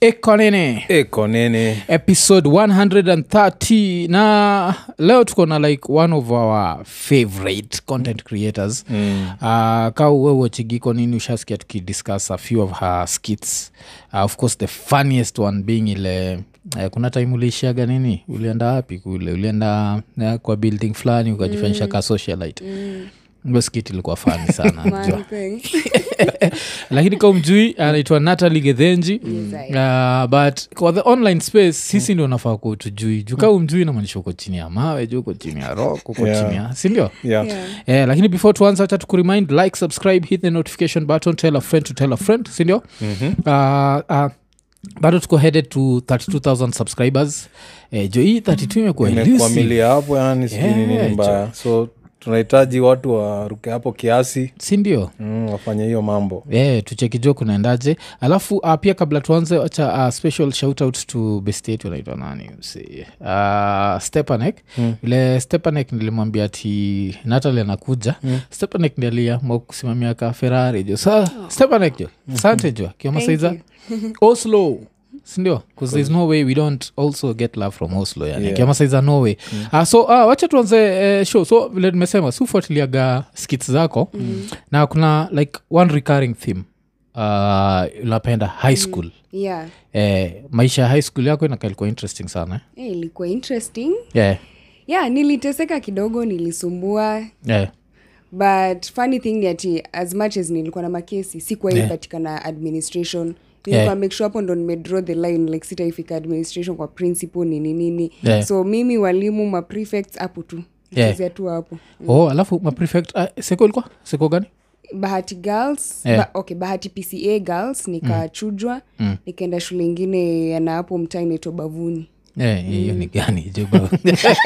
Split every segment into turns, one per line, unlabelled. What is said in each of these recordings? eko nene
eko nene
episode 130 na leo tuko na like one of our favorite content creators mm. uh, ka wewechigiko nini ushasikia tukidiscuss a few of her skits uh, of course the funniest one being ile uh, kuna time uliishiaga nini ulienda wapi kule ulienda uh, kwa building fulani ukajifanyisha mm. ka socialite mm skit ilikuwa fani sana unajua. lakini kwa mjui anaitwa natali gedhenji mm. uh, but kwa the online space sisi ndio nafaa kutujui juu kaa umjui namaanisha uko chini ya mawe juu uko chini ya rok uko
Yeah.
chini ya sindio
yeah.
Eh, lakini before tuanza hacha tukuremind like subscribe hit the notification button tell a friend to tell a friend sindio
Mhm.
mm-hmm. uh, uh, bado tuko headed to 32000 subscribers eh, jo hii 32 imekuwa
imekuwa
elusive.
milia hapo yani sijui ni
Yeah,
nini mbaya so tunahitaji watu waruke hapo kiasi
sindio
mm, wafanye hiyo mambo
Yeah, tuchekijua Eh, kunaendaje alafu uh, pia kabla tuanze wacha uh, special shoutout to bestet anaitwa nani msee? uh, stepanek mm. ile stepanek nilimwambia ti natali anakuja mm. stepanek ndi aliamua kusimamia ka ferari jo sa stepanek jo sante jo kiwamasaiza oslo sindio bcause thereis no way we don't also get love from oslo yani yeah.
Yeah.
kiamasaiza norway mm. uh, so uh, wacha tuanze uh, show so vile nimesema siufuatiliaga skits zako mm. na kuna like one recurring theme uh, unapenda high school mm.
yeah
eh, maisha ya high school yako inakaa ilikuwa interesting sana eh?
Eh, ilikuwa interesting
yeah,
yeah niliteseka kidogo nilisumbua
yeah.
but funny thing ni ati as much as nilikuwa na makesi sikuwai yeah. katika na administration nilikuwa
Yeah.
make sure hapo ndo nimedraw the line like sitaifika administration kwa principal nini nini
Yeah.
so mimi walimu ma prefects hapo tu
Yeah.
chezea tu hapo
oh alafu maprefect uh, seko ilikuwa seko gani
bahati girls
Yeah.
ba, okay bahati pca girls nikachujwa mm. nikaenda shule ingine yana hapo mtaa inaitwa bavuni
Eh, hiyo ni gani joba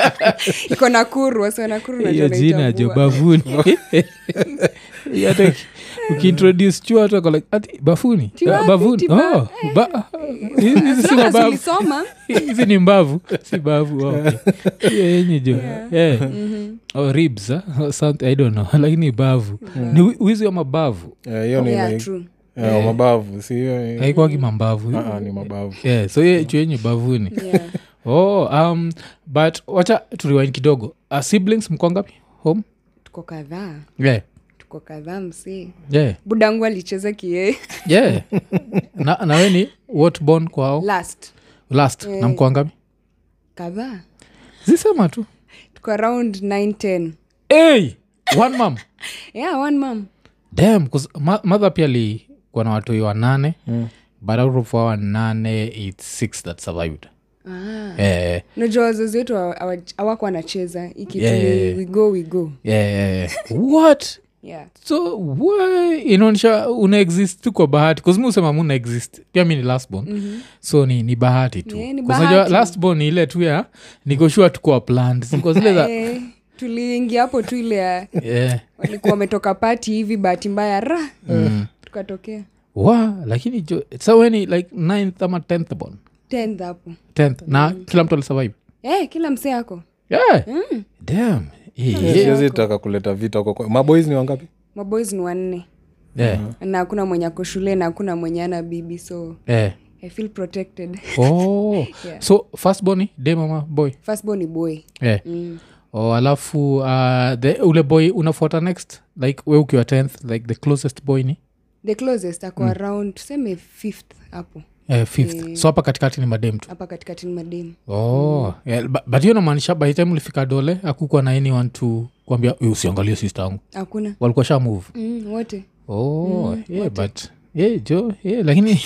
iko nakuru wasiwa nakuru najua
hiyo jina
naitambua.
jobavuni hata ukiintroduce chua watu wako like, ati bafuni
Chua,
Ah, bavuni
ati ba- eh.
Oh, ba- hizi- hizi si
Sasa
mabavu.
tulisoma
hizi ni mbavu si bavu oh, okay. hiyo yenye jo Eh.
Mm-hmm.
Oh, ribs ah, or something, i don't know lakini bavu ni wi- wizi wa mabavu
Eh, hiyo ni
Yeah,
like-
true.
eh, wa mabavu si hiyo ni-
haikwagi mambavu
ah, ni mabavu
yeah, so hiyo hicho yenye bavuni
Yeah.
oh, um, but wacha turiwain kidogo uh, siblings mko ngapi home
tuko kadhaa
yeah.
tuko kadhaa msi
yeah.
budangu alicheza kie
yeah. na, na we ni whatborn kwao
last
last yeah. na mkwangami
kadhaa
zisema tu
tuko around 910
hey! one mam
yeah one mam
dam madha pia alikuwa na watoi wanane
Hmm.
mm. but out of our nane its six that survived
ah.
eh,
najua wazazi wetu hawa- hawa- hawako wanacheza ikitu
Yeah, yeah, yeah.
we go we go
eh, what
yeah
so we- inaonyesha una exist tu kwa bahati kazimi usema muna exist pia mi ni lastborn mm-hmm. so ni, ni bahati tu
Mhm. Yeah, ni
yeah,
bahati.
lastborn ni ile tu ya nikoshua tukuwa planned zilikuwa zile za eh.
eh, tuliingia hapo tu ile ya
yeah.
walikuwa wametoka pati hivi bahati mbaya ra
Mm.
tukatokea
wa lakini jo sa weni like ninth ama tenth bon
tenth hapo
tenth na kila mtu alisurvive
eh, kila msee ako
yeah. Damn. Eh, Yeah. Yeah.
siwezi taka kuleta vita huko kwa- maboys ni wangapi
maboys ni wanne
Yeah.
na hakuna mwenye ako shule na hakuna mwenye ana bibi so
Yeah.
i feel protected
Eh. Oh.
Yeah.
so first boni de mama boy
first born ni boy
yeah. mm. oh, alafu uh, the, ule boy unafuata next like we ukiwa 10th like the closest boy ni
the closest ako mm. around tuseme fifth hapo
Uh, fifth mm. so hapa katikati ni madem tu
hapa katikati ni mademu
oh. yeah, bu- but hiyo namaanisha by the time ulifika dole akukwa na anyone to kuambia "Eh, usiangalie sister yangu
hakuna
walikuwa sha move
mm, wote
oh, yeah, but yeah, jo yeah, lakini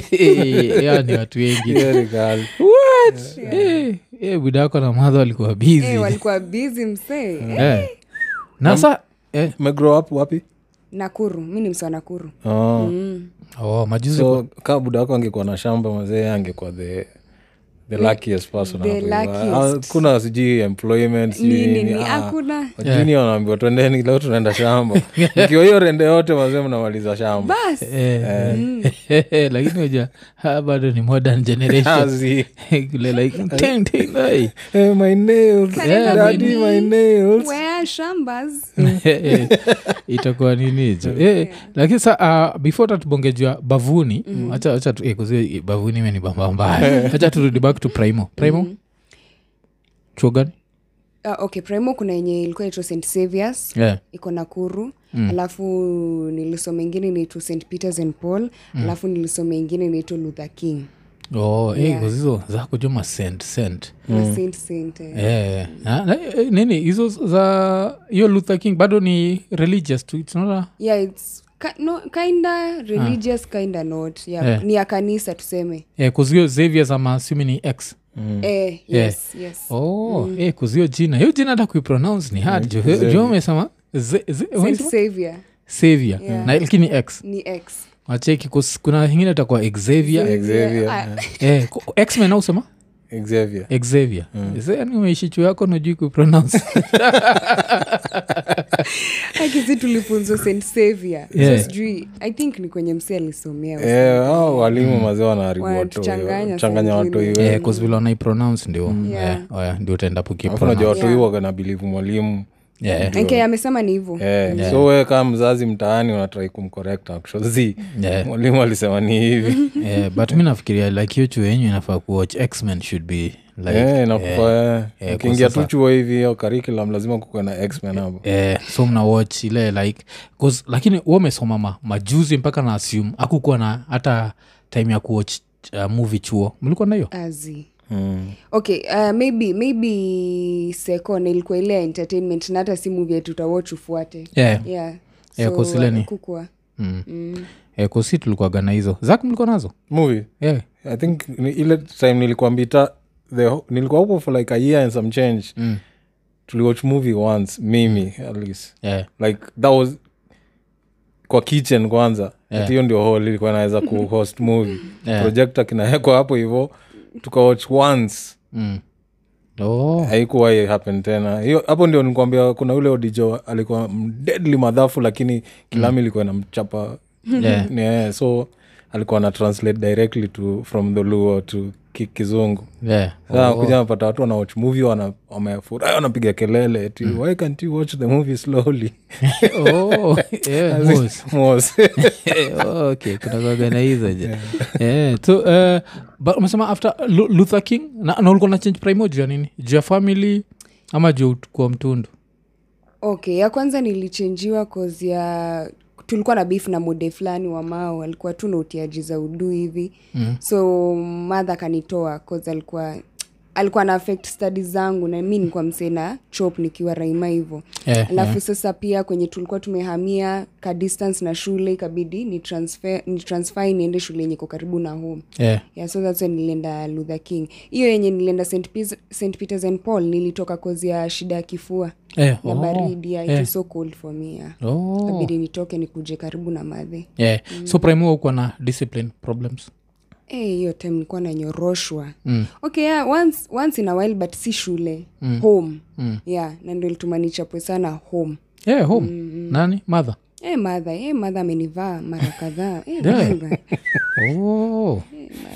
yeah, ni watu wengi
Hiyo ni ghali.
What? Eh, eh, budako na madha walikuwa busy.
hey, Eh, walikuwa busy msee eh.
Eh. na sa eh,
Umegrow up wapi
nakuru mi ni msa nakuru
Mm.
oh.
oh, majuzi
so kaa buda wako angekuwa na shamba mazee angekuwa the the luckiest person
the
hapo hivyo.
luckiest.
Ah, kuna sijui employment sijui
nini
nini.
ni
Ah,
hakuna
wajini wanaambiwa twendeni leo tunaenda shamba ikiwa hiyo rende yote mazee mnamaliza shamba
bas
eh, eh, lakini uja ha, bado ni modern generation
Kazi.
Kule like, ting, ting, ai.
Ah, Eh, my nails.
Kalenda
Daddy, my nails.
where ah, shambas
Eh, itakuwa ninijo eh, lakini sa uh, before tatubongejwa bavuni mm. acha, acha tu, eh, kuzi, bavuni imeni bambambaya hacha turudi back to primo primo mm. chuo gani
Ah, okay primo kuna yenye ilikuwa itwa st saviors
yeah.
iko nakuru mm. alafu nilisoma ingine inaitwa st peters and paul mm. alafu nilisoma ingine inaitwa luther king
oh, eh, kuzizo zako juma sent sent
mm. saint saint eh.
Eh, na- na- eh, nini hizo za hiyo luther king bado ni religious tu it's not a,
yeah it's ki- no, kinda religious kinda not yeah.
Ah. Eh.
ni ya kanisa tuseme
eh, kuzio xavier ama asumi ni x
eh, yes, yes.
Mm. oh, eh, kuzio jina hiyo jina hata kuipronounce ni hard jo jo umesema ze- ze-
Saint
umesema?
savior
xavier
Yeah.
na lakini x
ni x
wacheki kus- kuna ingine itakuwa xavier
Xavier,
Ah,
eh, ku- xmen au sema
Xavier.
xavier yani umeishi chuo yako najui kuipronounce
akizi tulifunzwa st savior
Yeah.
so sijui i think ni kwenye msi alisomea
Eh, hao walimu
Mm.
mazee wanaharibu watoi,
Wanatuchanganya
wanachanganya
saa
watoi
ingine.
wengi.
eh, kuzivile wanaipronounce ndio
Yeah.
eh, oya, ndio utaendapo
Alafu unajua
kipronounce
watoi
Yeah.
waga na bilivu mwalimu
yeah.
nke amesema ni hivo
Eh, so we kama mzazi mtaani unatrai kumcorrect na kushozi
Yeah. Mm-hmm.
mwalimu alisema ni hivi
yeah, Eh, but mi nafikiria like hiyo chuo yenyu inafaa kuwatch xmen should be like yeah.
Eh, inakufa eh.
kwa
ukiingia tu
sasa-
chuo hivi au curriculum lazima kukuwe na xmen hapo
Eh, so mna watch ile like 'cause- lakini huwa umesoma ma, majuzi mpaka na assume akukuwa na hata time ya kuwatch uh, movie chuo mlikuwa nayo
azi
Mm.
okay uh, maybe maybe second ilikuwa ile ya entertainment na hata si movie ati utawatch ufuate
yeah.
yeah
Eh, kwa
so uh,
zile ni-
kukua
eh, kosi tulikuwaga na hizo zak mlikuwa nazo Eh,
movie
yeah.
i think ni- ile time nilikuwa mbita the, ho- nilikuwa hupo for like a year and some change mm. tuliwatch movie once mimi at least
Yeah.
like that was kwa kitchen kwanza yeah. hiyo ndio hall ilikuwa naweza kuhost movie yeah. projekta kinawekwa hapo hivo tukawatch once
Oh.
haikuwahi happen tena hiyo hapo ndio nikuambia kuna ule odijo alikuwa deadly madhafu lakini kilami ilikuwa inamchapa
Mm. Yeah.
yeah, so alikuwa na translate directly to from the luo to ki- kizungu
Yeah.
saa kuja napata watu wanawatch movie wana- wamefurahi wanapiga kelele ti
Mm.
why can't you watch the movie slowly
Oh, yeah, Mose.
Mos.
Eh, okay kunakwaga na hizo je Eh, so eh, but umesema after Lu- luther king na, na ulikuwa na change primo juu ya nini juu ya family ama juu ya ut- kuwa mtundu
okay ya kwanza nilichenjiwa kozi ya tulikuwa na beef na mode fulani wa mao alikuwa tu na utiaji za uduu hivi mm. so madha akanitoa cause alikuwa alikuwa na affect study zangu na mi nikuwa msee na chop nikiwa raima hivo
Eh,
alafu sasa pia kwenye tulikuwa tumehamia ka distance na shule ikabidi ni transfer, ni transfer niende shule yenye iko karibu na home
yeah.
yeah, so that's why nilienda luther king hiyo yenye nilienda st Pis- St. peters and paul nilitoka kozi ya shida ya kifua
Eh,
na
oh,
baridi yeah,
eh.
it is so cold for me yeah.
Oh,
abidi nitoke nikuje karibu na madhe
yeah. so primo ukuwa na discipline problems
Eh, hiyo time nilikuwa nanyoroshwa mm. okay yeah, once, once in a while but si shule mm. home mm. yeah na ndio litumanichapwe sana home
yeah, home nani mother
e madha e madha amenivaa mara kadhaa e,
Yeah.
baba.
oh.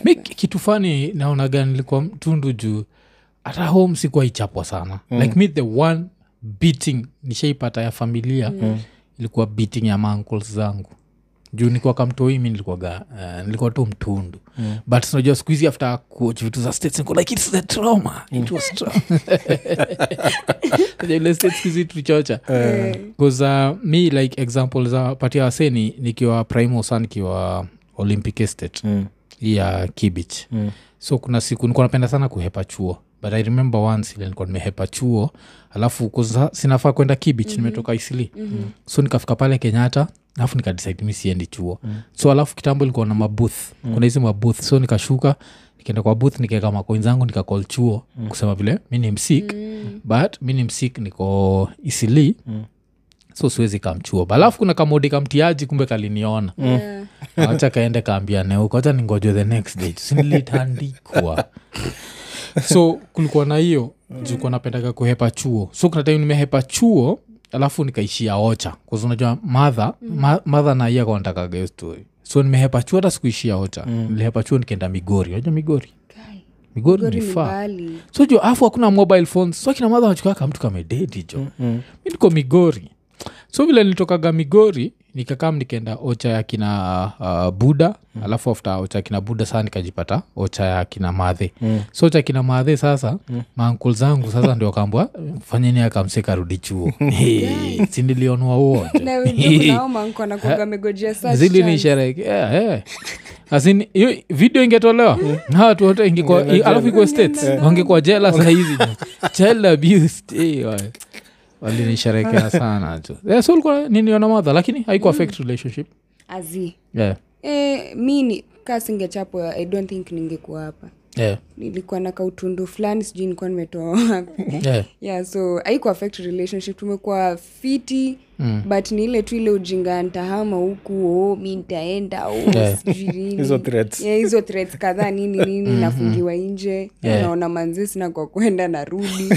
mi ki- kitu fani naonaga nilikuwa mtundu juu hata home sikuwa ichapwa sana mm. like mi the one beating nishaipata ya familia mm. ilikuwa beating ya mankles zangu juu nikuwa kamtoimi nilikuwaga uh, nilikuwa tu mtundu mm. but unajua siku hizi after kuoch vitu za states niko like its the trauma it was trauma Unajua ile states siku hizi tulichocha bcause uh, mi like example za patia waseni nikiwa primo sa nikiwa olympic estate mm ya kibich mm. so kuna siku nilikuwa napenda sana kuhepa chuo but i remember once ile nilikuwa nimehepa chuo alafu kuza, sinafaa kwenda kibich mm-hmm. nimetoka isili mm-hmm. so nikafika pale kenyatta alafu nikadecide mi siendi chuo mm. so alafu kitambo ilikuwa na mabooth mm. kuna hizi mabooth so nikashuka nikaenda kwa booth nikaeka makoin zangu nikakol chuo mm. kusema vile mi ni msik mm. but mi ni msik niko isili mm so siwezi kamchuo alafu kuna kamodi kamtiaji kumbe kaliniona
Yeah.
wacha kaende kaambia neuko wacha ningoje the next day sinilitandikwa so kulikuwa na hiyo jukuwa napendaga kuhepa chuo so kuna time nimehepa chuo alafu nikaishia ocha kaz unajua madha ma, madha na iya kanatakaga hiyo story so nimehepa chuo hata sikuishia ocha nilihepa chuo nikaenda migori unajua migori
Kai.
migori
Migori
ni
ni
faa
mbali
Mm-hmm. so jo afu hakuna mobile phones so akina madha wachukaa mtu kamededi jo mm-hmm. mi niko migori so vile nilitokaga migori nikakam nikaenda ocha ya kina uh, buda mm. alafu after ocha ya kina buda saa nikajipata ocha ya kina madhe mm. so ocha ya kina madhe sasa mm. maankul zangu sasa ndio wakaambwa fanyeni akamse karudi chuo Hey, si nilionwa wote
na unaomanko nakuga amegojea saa
zili
kichana.
ni shereke yeah, yeah. Asin, hiyo video ingetolewa na watu wote ingekuwa- i- alafu ikuwe states wangekuwa jela sahizi child abuse eh, wa- walinisherekea sana tu yeah, so ulikuwa niniona madha lakini haikuwa affect relationship
azi
yeah.
e, mi ni ka singechapwa i don't think ningekuwa hapa
Yeah.
nilikuwa na kautundu fulani sijui nilikuwa nimetoa wapi
Yeah.
yeah so haiko affect relationship tumekuwa fiti mm. but ni ile tu ile ujinga ntahama huku o mi ntaenda o
Yeah.
sijui nini.
Hizo threats.
Yeah, hizo threats kadhaa nini nini nafungiwa nje
Mm-hmm. Yeah.
naona manzi sina kwa kwenda narudi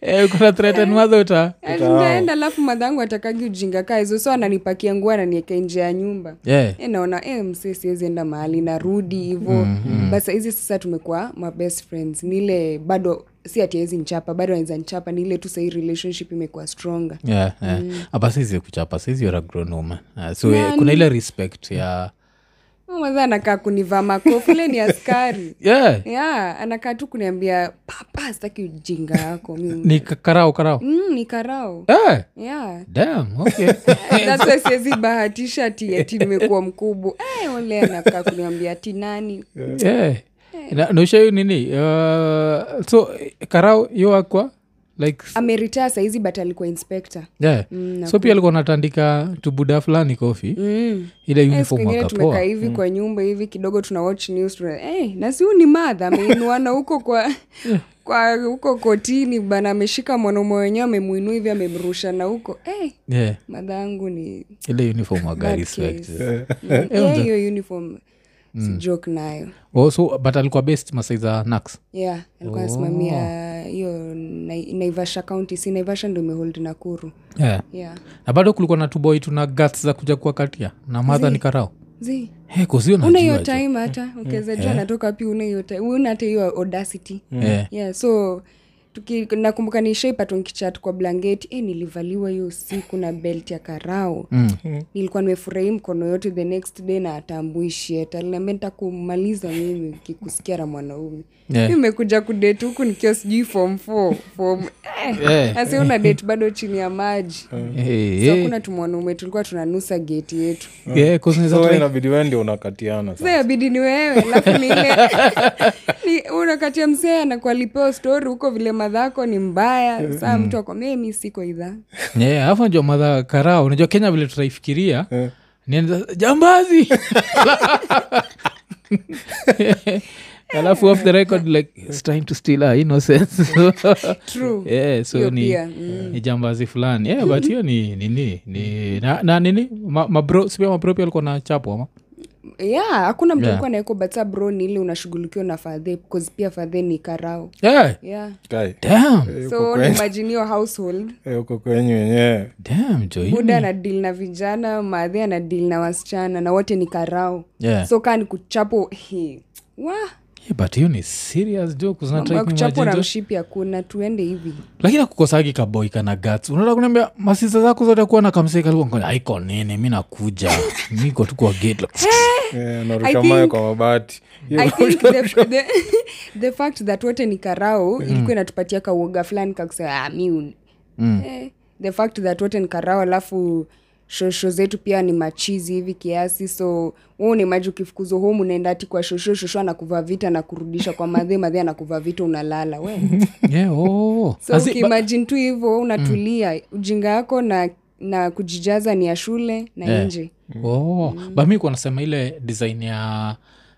Eh, kuna threaten madha uta
naenda alafu madhangu atakagi ujinga kaa hizo so ananipakia nguo ananieka nje ya nyumba
yeah.
E, naona e, msee siwezi enda mahali narudi hivo mm-hmm. basa hizi sasa tumekuwa ma best friends nile bado si ati awezi nchapa bado anaweza nchapa niile tu sahii relationship imekuwa stronger
Yeah, yeah. Hapa saizi kuchapa saizi you're a grown woman. Ah, so eh, kuna ile respect ya
Huyu mwanzo anakaa kunivaa makofi ile ni askari
yeah.
yeah, anakaa tu kuniambia papa sitaki ujinga yako mm,
ni ka- karao karao
ni karao
yeah.
yeah
Damn, okay.
That's why siwezi bahatisha ati ati nimekuwa mkubwa Eh, ole anakaa kuniambia ati nani
yeah. na, nausha hiyo nini uh, so eh, karau yoakwa like s-
ameritaa sahizi but alikuwa inspector
yeah. so pia alikuwa natandika tubuda fulani kofi
mm.
ile
Eh, siku
uniform
ingine tumekaa
wakapoa Mm.
hivi kwa nyumba hivi kidogo tuna watch news tuna, eh, na si huyu ni madha ameinuana huko kwa kwa huko kotini bana ameshika mwanaume wenyewe amemwinua hivi amemrusha na huko eh,
yeah.
madha yangu ni
ile uniform waka
Bad
respect
case. Mm, eh, hiyo uniform si
Mm.
joke nayo
oh, so but alikuwa best masaiza nax
yeah alikuwa anasimamia
Oh.
hiyo Nai- naivasha county si naivasha ndo imehold nakuru
yeah.
yeah
na bado kulikuwa na tuboi tuna gats za kuja kuwa katia na madha ni karao
zi
hey, kozio
una hiyo
najua Eh. jo.
time hata ukiweza jua natoka pi una hiyo time una hata hiyo audacity
yeah.
yeah so tuki- nakumbuka nishaipatwa nkichat kwa blanketi e, nilivaliwa hiyo usiku na belt ya karao mm. nilikuwa nimefurahii mkono yote the next day na atambui shit aliniambia nitakumaliza mimi kikusikia la mwanaume
Yeah.
imekuja kudate huku nikiwa sijui form four, form eh,
Yeah. Eh.
asi una date bado chini ya maji
Hey,
so
hey.
kuna tumwanaume tulikuwa tunanusa geti yetu
Yeah, 'cause
So,
naweza try-
inabidi wewe ndio unakatiana sasa.
Sasa yabidi ni wewe alafu ni ile ni- unakatia msee anakuwa lipeo stori huko vile madhako ni
Mm.
mbaya saa mtu akwambia mi siko idhaa
Yeah, alafu najua madha karao unajua kenya vile tutaifikiria nianza, jambazi alafu off the record like "He's trying to steal her innocence
True.
yeah, so
Hiyo
ni,
pia,
ni jambazi fulani yeah, but hiyo ni nini ni, na, na nini Ma- mabro sipia mabro pia alikuwa na chapo ama
yeah hakuna mtu
Yeah.
alikuwa naeko but saa bro ni ile unashughulikiwa na fadhe bcause pia fadhe ni karao
yeah.
yeah
Kai,
damn,
so imagine your household
eh, uko kwenyu wenyewe
damn, jo, hii-
buda ana deal na vijana madhe ana deal na wasichana na wote ni karao
Yeah.
so kaa ni kuchapo he, wa
Yeah, but hiyo ni serious jo
mambo ya kuchapo na
kuzinatrai
mshipi hakuna tuende hivi
lakini akukosagi kaboi kana gats unaeza kuniambia masisa zako zote kuwa na kamsekalia aiko nini mi nakuja miko tu kwa gate
Eh, unarusha
I
mayo
think-
kwa mabati
i think the, the, the fact that wote ni karao mm. ilikuwa inatupatia kauoga fulani kakusema ah, mi uni- eh, the fact that wote ni karao alafu shosho zetu pia ni machizi hivi kiasi so wewe ni maji ukifukuzwa home unaenda ati kwa shosho shosho anakuvaa vita na kurudisha kwa madhe madhe anakuvaa vita unalala we
yeah, oh.
so
Asi- ba-
ukiimajini tu hivyo unatulia ujinga yako na na kujijaza ni ya shule na
Yeah.
nje
oh. but mi kuwa nasema ile design ya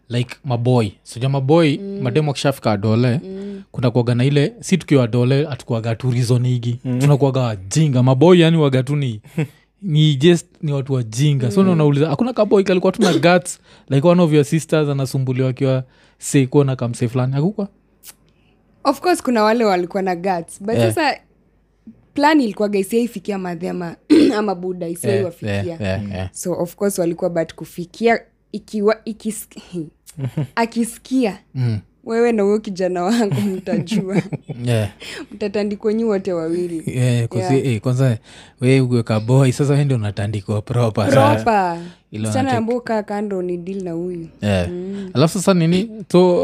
like maboy sija maboy mademo akishafika adole kuna kuaga na ile si tukiwa adole atukuaga turizonigi mm. tunakuaga wajinga maboy yani waga tu ni ni just ni watu wajinga so naunauliza hakuna kaboy kalikuwa tuna guts like one of your sisters anasumbuliwa akiwa sekuwa na kamse fulani akukwa
of course kuna wale walikuwa na guts but
Yeah.
yeah. sasa plan ilikuwaga isiaifikia madhe ama, ama buda
Eh,
isiaiwafikia
Mm. yeah, yeah, yeah.
so of course walikuwa but kufikia ikiwa ikis akisikia
mm.
wewe na huyo kijana wangu mtajua
yeah.
mtatandikwa nyi wote wawili
Yeah, kwanza
Yeah.
eh, kwanza we uweka boy sasa we ndio unatandikwa proper sasa.
propa
Ilo
msichana
anatake-
ambao kaa kando ni dil na huyu
yeah.
Mm.
alafu sasa nini so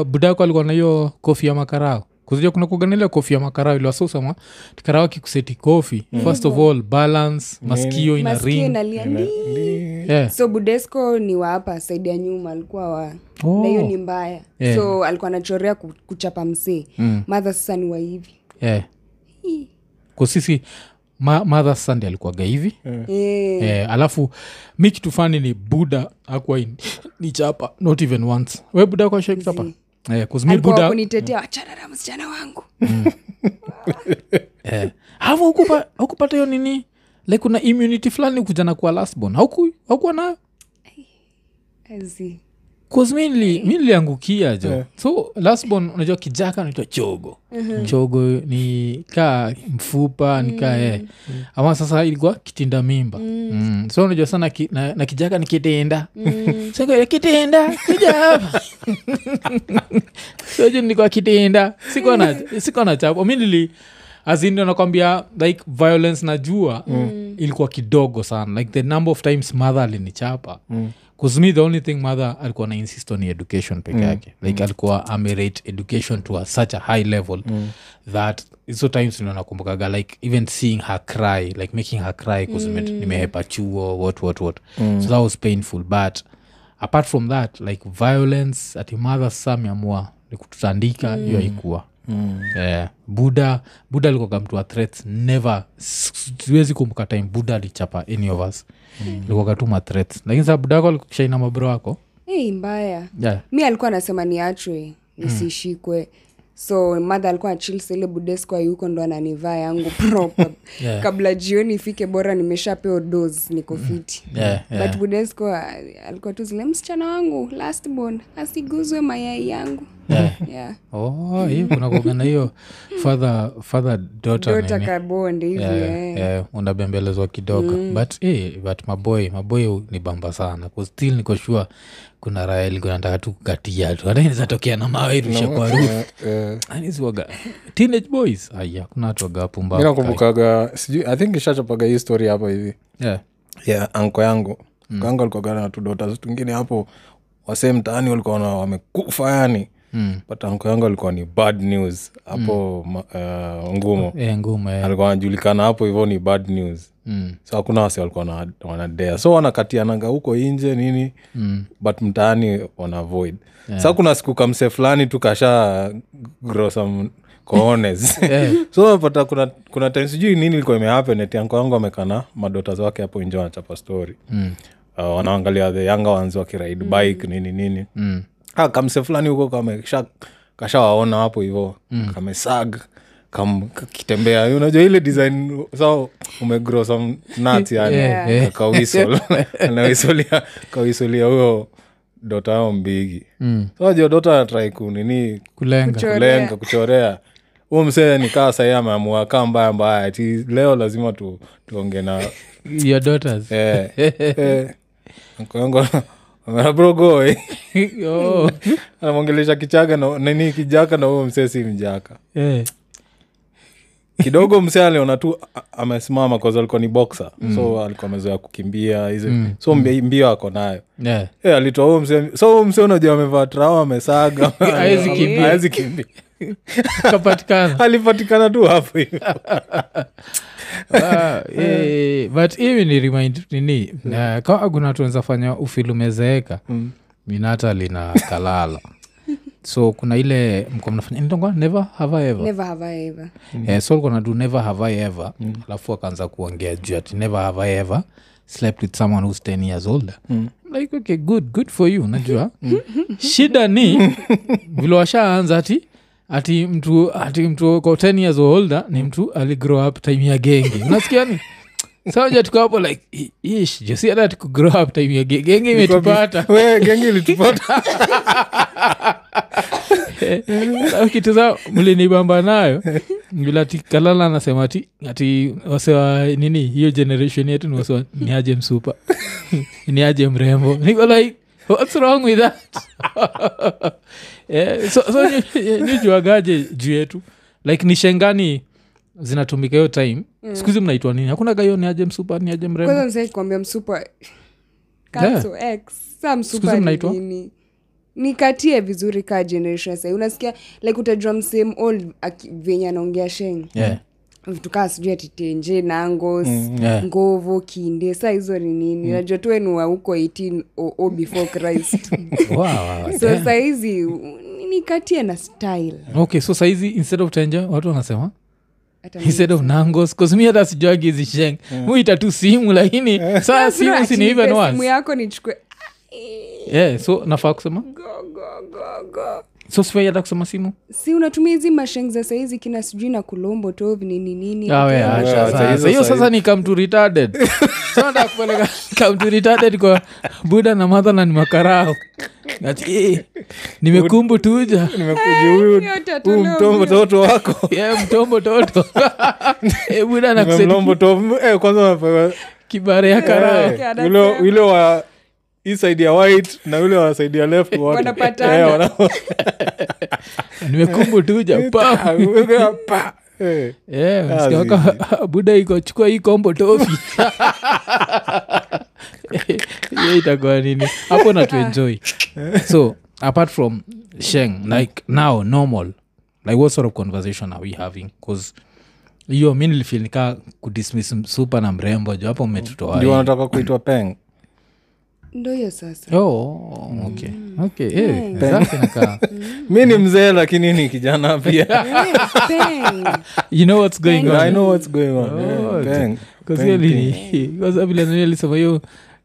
uh, budako alikuwa na hiyo kofi ya makarao kuzija kuna kuganile kofi ya makarao iliwasusama karao kikuseti kofi first of all balance maskio ina
Mm. masikio
ring
inalia "Dii."
yeah.
so budesco ni wa hapa saidi ya nyuma alikuwa wa
Oh.
na hiyo ni mbaya
Yeah.
so alikuwa anachorea ku- kuchapa msee
Mm.
madha sasa ni wa hivi
yeah. kusisi ma, madha sunday alikuwaga hivi
Eh,
eh, alafu mi kitu fani ni buda akuwa ni chapa not even once we buda kwa shekuchapa eh, 'cause mi
alikuwa
buda
kunitetea wachana na msichana wangu
alafu haukupa- haukupata hiyo nini like kuna immunity fulani kuja na kuwa lastborn hauku haukuwa nayo
Azi.
Cause mi nili- mi niliangukia jo so lastborn unajua kijaka naitwa chogo chogo ni kaa mfupa nikaa Mm-hmm. mm. eh. ama sasa ilikuwa kitinda mimba mm. so unajua sana ki, na, na kijaka ni kitenda mm. kitenda kuja hapa soju nilikuwa kitenda sikuwa na- sikuwa na chapo mi nili azindi nakwambia like violence najua mm. ilikuwa kidogo sana like the number of times mother alinichapa kuzmi the only thing mother alikuwa na insist on education peke yake mm. like alikuwa amerate education to a, such a high level mm. that hizo times ndio nakumbukaga like even seeing her cry like making her cry bcause mm. nimehepa chuo what what what mm. so that was painful but apart from that like violence ati mother samiamua ni kututandika hiyo mm. haikuwa Yeah. buda buda alikuwaga mtu wa threats never s- siwezi kumbuka time buda alichapa any of us mm. likuwaga tu ma threats lakini saa buda ako alikushaina mabro wako
Hey, Eh, mbaya
yeah.
mi alikuwa anasema niachwe
Mm.
nisishikwe so madha alikuwa achilsele budesko yuko ndo ananivaa yangu proper
Yeah. Mm.
kabla jioni ifike bora nimeshapewa dos niko fiti
Yeah, yeah.
but budesko ah, alikuwa tu zile msichana wangu lastborn asiguzwe mayai yangu
Yeah.
yeah.
oh, hiyo kuna kuwaga na hiyo father father daughter
dota
nini.
kabonde hivi
Yeah,
eh.
yeah, unabembelezwa kidogo but eh, but maboy maboy ni bamba sana 'Cause still niko sure kuna raya ilikuwa nataka tu kukatia tu hata inaweza tokea na mawe irushe kwa roof. Yaani siwaga- teenage boys aya kuna watu waga pumbavu
mi
kai.
nakumbukaga sijui i think ishachapaga hii story hapa hivi
Yeah.
yeah, anko yangu mm. yangu alikuwaga na tudota tungine hapo wasee mtaani walikuwa na wamekufa yani
Mm.
but anko yangu alikuwa ni bad news hapo mm. uh, ngumo
Eh, ngumu eh.
alikuwa anajulikana hapo hivyo ni bad news
Mm.
so hakuna wasi walikuwa wana- wanadea so wanakatiananga huko nje nini mm. but mtaani wanaavoid yeah. sa kuna siku kamse fulani tu kasha grow some cojones. so unapata kuna, kuna time sijui nini ilikuwa imehappen eti uncle wangu amekana madotas wake hapo nje wanachapa story mm. uh, wanaangalia the younger ones wakiride bike nini nini
Mm.
Ah, kamse fulani huko kamesha kashawaona hapo hivo mm. kamesag kam kitembea unajua ile design so umegro some nut yani
Yeah, yeah.
kawisol anawisolia kawisolia huyo dota ao mbigi mm. so dota anatrai kunini
kulenga
Kucho- Kuchorea.
kulenga kuchorea huu msee ni kaa sahii ameamua kaa mbaya mbaya ti leo lazima tu, tuonge na
your daughters
eh, eh, nkoango amerabrogoe
Oh,
anamwongelesha kichaga na nini kijaka na huyo msee si mjaka
eh.
kidogo msee aliona tu a- amesimama kwa sababu alikuwa ni boxer
Mm.
so alikuwa amezoea kukimbia hizi so mbi- mbio ako nayo
Yeah.
Eh, alitoa huo msee so huo msee unajua amevaa trao amesaga
Haezi kimbia.
Haezi kimbia
kapatikana
alipatikana tu hapo hivi.
Ah, eh, but hivi ni remind nini uh, kaa kuna tuenza fanya ufilumezeeka mm. minatali na kalala so kuna ile mkuwa mnafanya nitonga never have I ever
never have I ever
eh, so alikuwa anadu never have i ever alafu akaanza kuongea juu ati never have i ever slept with someone who's 10 years older like okay good good for you najua shida ni vile washaanza ati ati mtu ati mtu ko 10 years older ni mtu aligrow up time ya genge unasikia ni saja tuko hapo like i- ish josi hata tukugrow up time ya genge genge imetupata
We, gengi ilitupata
Sasa ukitazama mlinibamba nayo vilati kalala anasema ati ati wasewa nini hiyo generation yetu ni wasewa niaje msupa niaje mrembo niko like what's wrong with that yeah, so, so nyujuagaje juu yetu like ni shengani zinatumika hiyo time mm. skuzi mnaitwa nini hakuna gayo ni aje msupa ni aje mrembo
kwanza msai kuambia msupa Cancel X. Sa msupa
Sikuzi
ni
mnaitwa?
nini? nikatie vizuri kaa generation sai unasikia like utajua msame old aki- venye anaongea sheng
yeah. Mm,
vitu kaa sijui atitenje nangos
yeah. Mm.
ngovo kinde saa hizo ni nini najua tu wenu wa huko 18 o- o before christ
wow, wow, wow.
so sahizi nikatie na style
okay so saizi instead of tenja watu wanasema
Hata
instead of nangos mi hata sijwagi hizi sheng muita tu simu lakini saa
Bro,
simu
ati
sini "Ah, even
nipe
worse.
simu yako nichukue
yeah, so nafaa kusema
go, go, go, go.
so sifai hata kusema simu
si unatumia hizi masheng za sahizi kina sijui na kulombo tovi nini nini
Ah, we,
Ukiwa-
acha
acha
sasa.
hizo
hiyo
sahi.
sasa ni kamtu retarded So nataka kupeleka kamtu retarded kwa buda na madha na ni makarao Ati, eh, nimekumbu tuja
nimekuja huyu
Hiyo tatu
huu
leo
mtombo toto wako
yeah, mtombo toto Eh, buda na kuseti
mlombo to eh, kwanza unapewa-
kibare ya karao
eh,
Karate.
yule- yule wa hii side ya white na yule wa side ya left wote.
Wanapatana.
Eh, wana-
nimekumbu tuja pa
Ah, wewe, pa. Eh.
Yeah,
Ah,
msikia waka- buda iko chukua hii kombo tofi hiyo itakuwa nini hapo na tuenjoy so apart from sheng like now normal like what sort of conversation are we having bcause hiyo mi nilifil nika kudismiss supa na mrembo jo hapo
ndio
umetutoa
wanataka kuitwa peng
ndo hiyo sasa
Oh, okay. Okay, eh, exactly nakaa.
mi ni mzee lakini ni kijana pia
Eh, peng.
you know what's going on
i know what's going on
Oh,
Eh, peng. Peng, peng.
kasvilalisema hiyo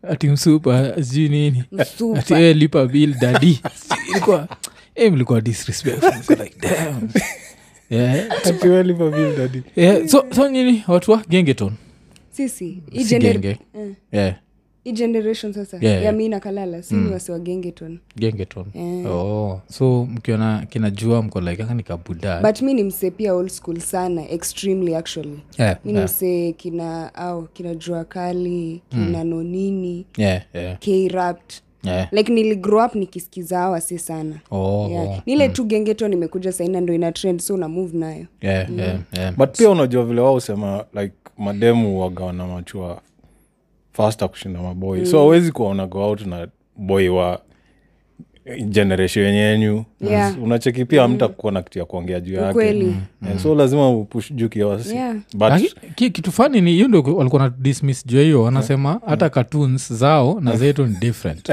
ati msupa sijui nini
Msupa.
ati eh, lipa bill dadi Sijui ilikuwa eh, mlikuwa disrespectful. Niko like, damn. Yeah.
Ati wewe Liverpool, daddy.
Yeah, so, so nini watu wa gengeton
sisi hii
si
gener-
genge
eh,
yeah,
hii generation sasa
Yeah. Mm.
ya mi nakalala si ni wasiwagengeton
gengeton oh. so mkiona kinajua mko like "Ah, ni kabuda
but mi ni msee pia old school sana extremely actually
yeah,
mi ni msee kina au kina jua kali kina
Mm.
nonini
yeah, yeah,
krapt
yeah.
like niligrow up nikisikiza hawa si sana
Oh,
yeah. nile tu gengeto nimekuja saina ndo ina trend so una move nayo
yeah,
Mm.
yeah, yeah.
but pia unajua vile wao husema like mademu waga wana machua fasta kushinda maboi
Mm.
so awezi kuwa una go out na boi wa generation yenyenyu
Yeah. Mm.
Yes, unacheki pia amtakuwa na kitu ya kuongea juu yake
Ukweli.
Mm.
Eh, so lazima upush juu kiasi
Yeah.
but
Laki- ki- kitu fani ni hiyo ndio walikuwa na dismiss juu ya hiyo wanasema
Mm.
hata cartoons zao na zetu ni different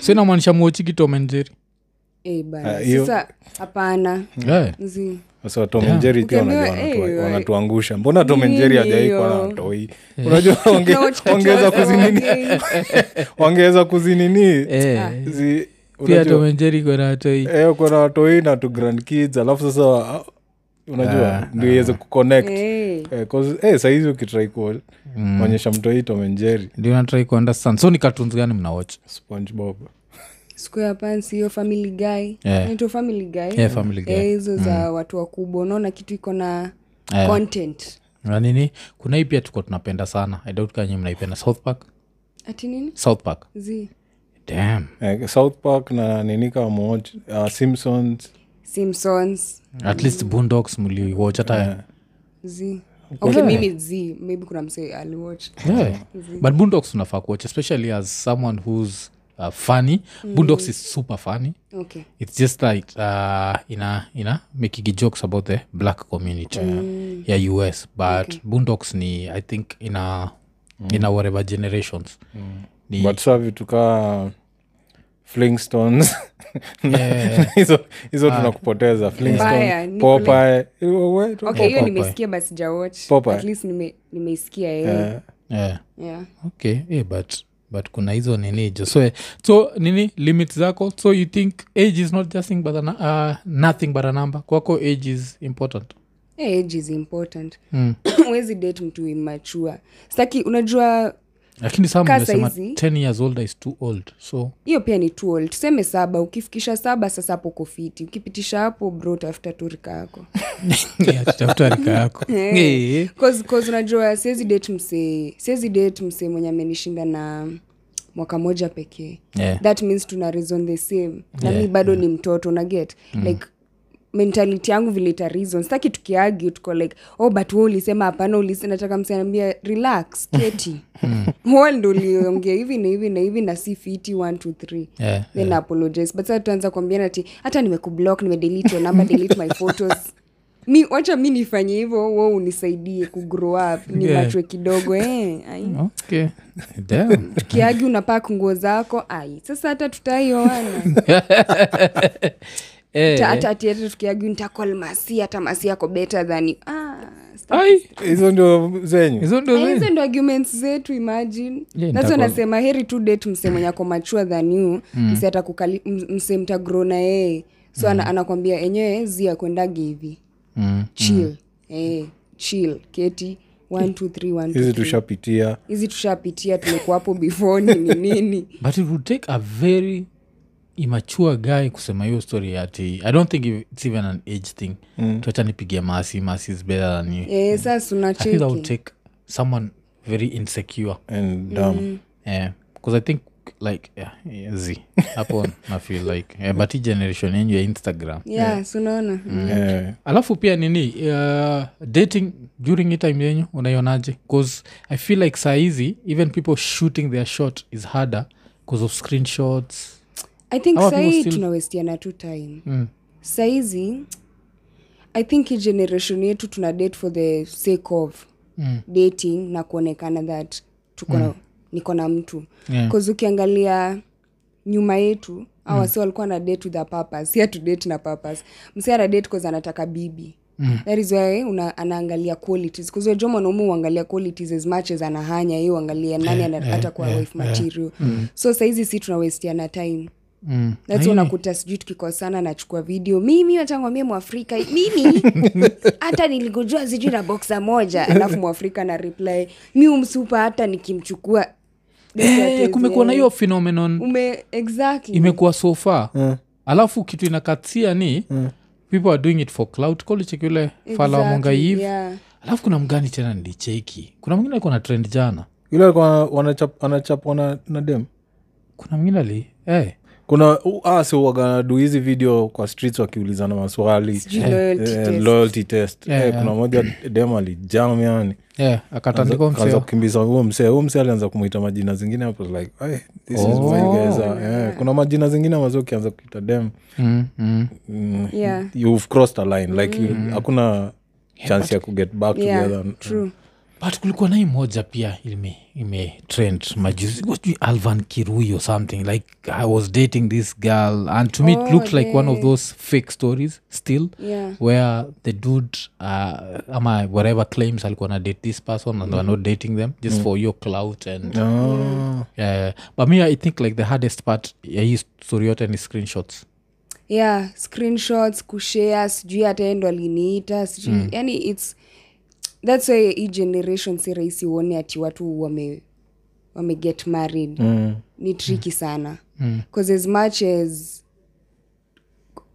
so inamaanisha mwochiki tom and Jerry.
Eh, bana.
Ah, hiyo-
sasa hapana
Mm.
Yeah.
Zi-
sasa Tom and Jerry pia
Ukiambiwa,
unajua
"Hey,
wanatu-
wa-
wanatuangusha mbona Tom and Jerry
Nini
hajaikuwa na
hiyo?"
watoi unajua wange-
No, chukua
wangeweza
choice
kuzinini
again.
wangeweza kuzinini
Eh,
zi-
pia
unajua-
tom and Jerry iko na toi
Eh, kuna watoi na tu grand kids alafu sasa ah, unajua ndio iweze kuconnect
Eh.
Eh, 'cause, eh, sahizi ukitrai kuonyesha mtoi tomenjeri
ndio natrai kuundestand so ni cartoons gani mnawatch
spongebob
square pants hiyo family guy
Yeah.
Inaitwa family guy
Yeah, Family Guy. Mm.
Eh, hizo za watu wakubwa unaona kitu iko na
Yeah.
content
na nini kuna hii pia tuko tunapenda sana i doubt kanye mnaipenda south park
ati nini
south park
zi
damn
eh, south park na ninika moch uh, simpsons
simpsons
at least boondocks mliwatch hata
zi okay mimi zi maybe kuna msee aliwatch
Yeah. but boondocks unafaa kuwatch especially as someone who's uh, funny boondocks is super funny
okay
it's just like uh, ina ina making jokes about the black community ya us but boondocks ni i think ina ina whatever generations ni
but saa vitu kaa flingstones Na- na hizo hizo tunakupoteza
Mbaya,
flingstone
Nicolas.
popaye Iwo, we, tu-
okay hiyo
Popeye.
nimesikia but sijawatch
Popeye.
at least nime- nimeisikia eh.
yeah.
yeah.
okay yeah, but but kuna hizo nini jo so, eh, so nini limit zako so you think age is not just thing but a, nu- uh, nothing but a number kwako age is important
Eh, age is important
Mm.
huwezi date mtu imachua staki unajua
lakini sam
Kaa
umesema
saizi.
10 years old is too old so
hiyo pia ni too old tuseme saba ukifikisha saba sasa hapo kofiti ukipitisha hapo bro tafuta turika yako
yeah, tutafuta rika yako Eh.
Cause- cause unajua siwezi date msee siwezi date msee mwenye amenishinda na mwaka moja pekee
Yeah.
that means tuna reason the same na mi bado ni mtoto na get mm. like mentality yangu vile ita reason sitaki tukiagi tuko like oh but we ulisema hapana ulise nataka msianambia relax keti wal ndo uliongea hivi na hivi na hivi na si fiti one two three
Yeah,
then yeah. apologize but sasa tuanza kuambiana ti hata nimekublock nimedelete your number delete my photos mi wacha mi nifanye hivyo wo unisaidie kugrow up ni
Yeah.
machwe kidogo eh, ai.
okay Damn.
tukiagi unapak nguo zako ai sasa hata tutaioana
Eh,
Ta- hata ati hata tukiagi nitakol masi hata masi yako better than ah, sta-
ai,
hizo ndio zenyu
hizo ndo
Na
zenye.
Eh, hizo ndo arguments zetu imagine
Yeah,
nazo
nitakuwa- Mm.
nasema heri tu date mse mwenye ako machua than you mse atakukali m- mse mtagro na yeye so ana, anakwambia enyewe zi akwendagi hivi
Mm.
chill eh, chill keti one, two, three, one, two,
hizi
three.
tushapitia
hizi tushapitia tumekuwa hapo before nini nini
but it would take a very immature guy kusema hiyo story ati i don't think it's even an age thing mm. tuachanipigia masi masi is better than you
eh, sasa
i think that
unacheki
would take someone very insecure
and
Mm.
dumb.
because i think like yeah, yeah, z hapo na feel like yeah, but hii generation yenyu ya instagram
yeah, si unaona mm.
Eh,
alafu pia nini uh, dating during hi time yenyu unaionaje bcause i feel like saa hizi even people shooting their shot is harder because of screenshots
i think
Our people
sahii
still-
tunawestiana tu time mm. saizi i think hii generation yetu tuna date for the sake of mm. dating na kuonekana that tuko mm. niko na mtu
Yeah.
bcause ukiangalia nyuma yetu au wasi walikuwa na date with a purpose si atu date na purpose msi ana date cause anataka bibi Mm. that is why una, anaangalia qualities kuzajua mwanaume uangalia qualities as much as anahanya hiyo uangalia nani yeah, atakuwa yeah, wife material mm. so saizi si tunawestiana time
mm.
That's unakuta sijui tukikosana nachukua video mimi watangwambia mwafrika mimi hata niligojua sijui na boksa moja alafu mwafrika na reply mi umsupa hata nikimchukua
Eh, kumekuwa na hiyo phenomenon
ume exactly
imekuwa so far alafu kitu inakatia ni people are doing it for cloud kolichekule exactly, fala wa mongaiv
yeah.
alafu kuna mgani tena nilicheki kuna mwingine alikuwa na trend jana
yule alikuwa wanachap- anachapwa na, na dem
kuna mwingine ali eh.
kuna asiwagadu hizi video kwa streets wakiulizana maswali
Sijui loyalty
eh,
test.
loyalty test
Yeah,
Eh,
yeah.
kuna moja dem alijam yani
yeah, akatandika
kaanza
eh, mseo
kukimbiza huo msee huo msee alianza kumwita majina zingine hapo like "Hey, this is where you guys are."
Oh.
Eh, kuna majina zingine ambazo ukianza kuita dem
mm, mm.
mm,
Yeah.
you've crossed a line like you- hakuna chance ya kuget back
Yeah,
together
true
but kulikuwa nai moja pia ime, ime trend majuzi sijui alvan kirui or something like i was dating this girl and to me it
Oh,
looked like one of
yeah.
those fake stories still
yeah
where the dude uh, ama whatever claims alikuwa na date this person and they're not
Mm-hmm.
dating them just
Mm.
for your clout and
Ah.
yeah. but me i think like the hardest part ya hii story yote ni screenshots
yeah screenshots kushare sijui hata yeye ndo aliniita sijui mm. yani its thats why hii generation si rahisi uone ati watu wame wame get married
Mm.
ni tricky sana bcause as much as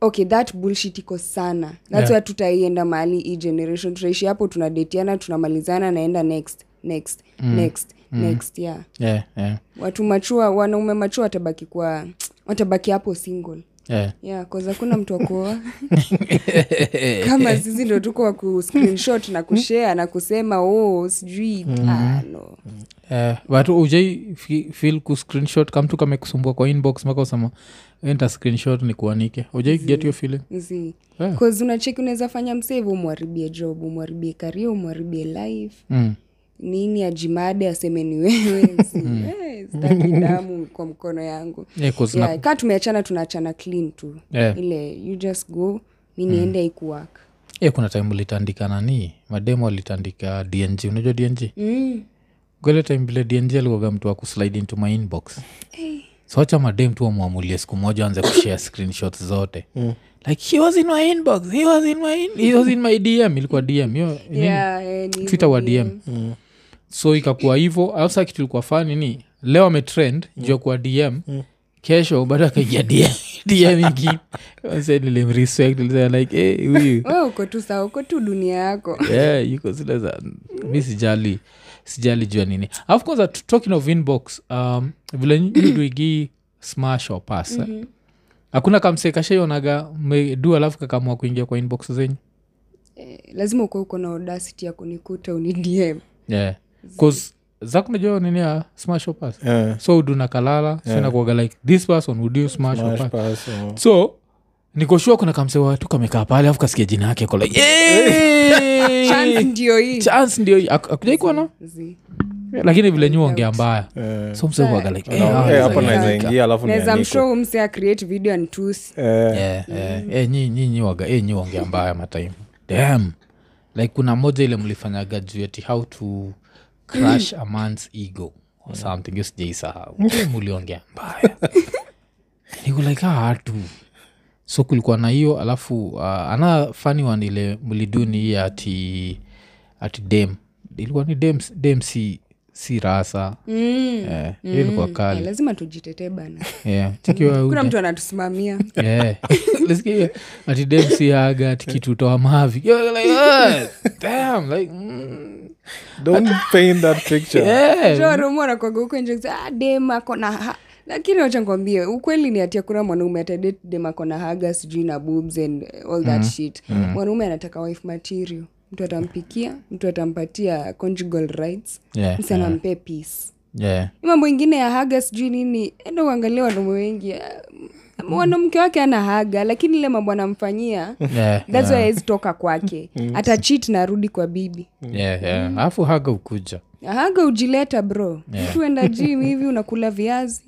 okay that bullshit iko sana that's
Yeah.
yeah. why tutaienda mahali hii generation tutaishi hapo tunadetiana tunamalizana naenda next next mm. next mm. next yeah
yeah, yeah,
watu machua wanaume machua watabaki kwa watabaki hapo single
yeah.
yeah, cause hakuna mtu wakuoa kama sisi ndo tuko wa kuscreenshot na kushare na kusema oh, sijui
Mm.
ah, no.
Eh, but ujai fi- feel ku screenshot kamtu kamekusumbua kwa inbox maka usema enta screenshot ni kuanike ujai
Mhm.
get your feeling
Zi.
Yeah.
Cause unacheki unaweza fanya msevu umwharibie job umwharibie karia umwharibie life
mm.
nini ajimade aseme ni wewe zi. Eh, sitaki damu kwa mkono yangu
yeah, 'cause Mm. na-
yeah, kaa tumeachana tunaachana clean tu
Yeah. Mm.
ile you just go mi niende ikuwaka
yeah, eh, kuna time ulitandika nani mademo walitandika dng unajua dng
mm.
kwele time vile dng alikuwaga mtu wa kuslide into my inbox
Eh.
so wacha madem tu wamwamulie siku moja anze kushare screenshots zote
Mm.
like he was in my inbox he was in my, in, he was in my dm ilikuwa dm hiyo nini?
yeah, eh, ni
twitter wa
hivyo.
dm so ikakuwa hivo alafu saa kitu ilikuwa fani ni leo ametrend mm. jua kuwa dm mm. kesho bado akaingia DM DM ingine. Wase nilimrespect, nilisema like hey, huyu
we Oh, uko tu sawa uko tu dunia yako
yeah, yuko zile za mi sijali sijali jua nini of course uh, talking of inbox um, vile duigi smash or pass eh? hakuna kamsee kashaionaga medu alafu kakamua kuingia kwa inbox zenyu
Eh, lazima uko uko na audacity ya kunikuta unidm
yeah. cause zak unajua nini ya smash or pass
Eh,
so udunakalala yeah. sinakuaga like this person would you smash, or pass so nikoshua kuna kamse watu kamekaa pale afu kasikia jina yake kola
chance ndio hii
chance ndio hii. Ak- akujai kuona
Zi.
lakini vile nyu ongea mbaya so mse huwaga like, eh, hawa
hapa
wanaeza-
naweza ingia alafu
naweza
niandike.
mshow mse acreate video anitusi
Eh,
Yeah, yeah. Eh, nyi- nyi- nyi waga- eh, nyi waongea mbaya mataimu dam like kuna moja ile mlifanyaga juu eti how to crush a man's ego or something hiyo sijaisahau Eh, muliongea mbaya niko like "Ah, watu so kulikuwa na hiyo alafu uh, ana fani wanile mliduni hii ati ati dem ilikuwa ni dem, dem si, si rasa
Mm.
eh, hiyo ilikuwa
Eh,
kali
lazima tujitetee bana
yeah. Chekiwa huyu
kuna mtu anatusimamia
Yeah. Lisikia hiyo, ati dem si haga ati kitu toa mavi You're like, "Ah, damn, like, mm,
don't paint that picture
yeah."
romu anakwaga huko nje akisema, "Ah, dem ako na ha-" lakini wacha nikwambie ukweli ni ati akuna mwanaume atadate dem ako na haga sijui na boobs and all that
Mm-hmm.
shit mwanaume anataka wife material mtu atampikia mtu atampatia conjugal rights
Eh,
Yeah,
msi anampe peace
yeah.
Hii mambo ingine ya haga sijui nini enda uangalia wanaume wengi ah, mwanamke wake ana haga lakini ile mambo anamfanyia
Yeah,
that's why hawezi toka kwake atachit na arudi kwa bibi
yeah, yeah. alafu haga ukuja
haga ujileta bro mtu enda jim hivi unakula viazi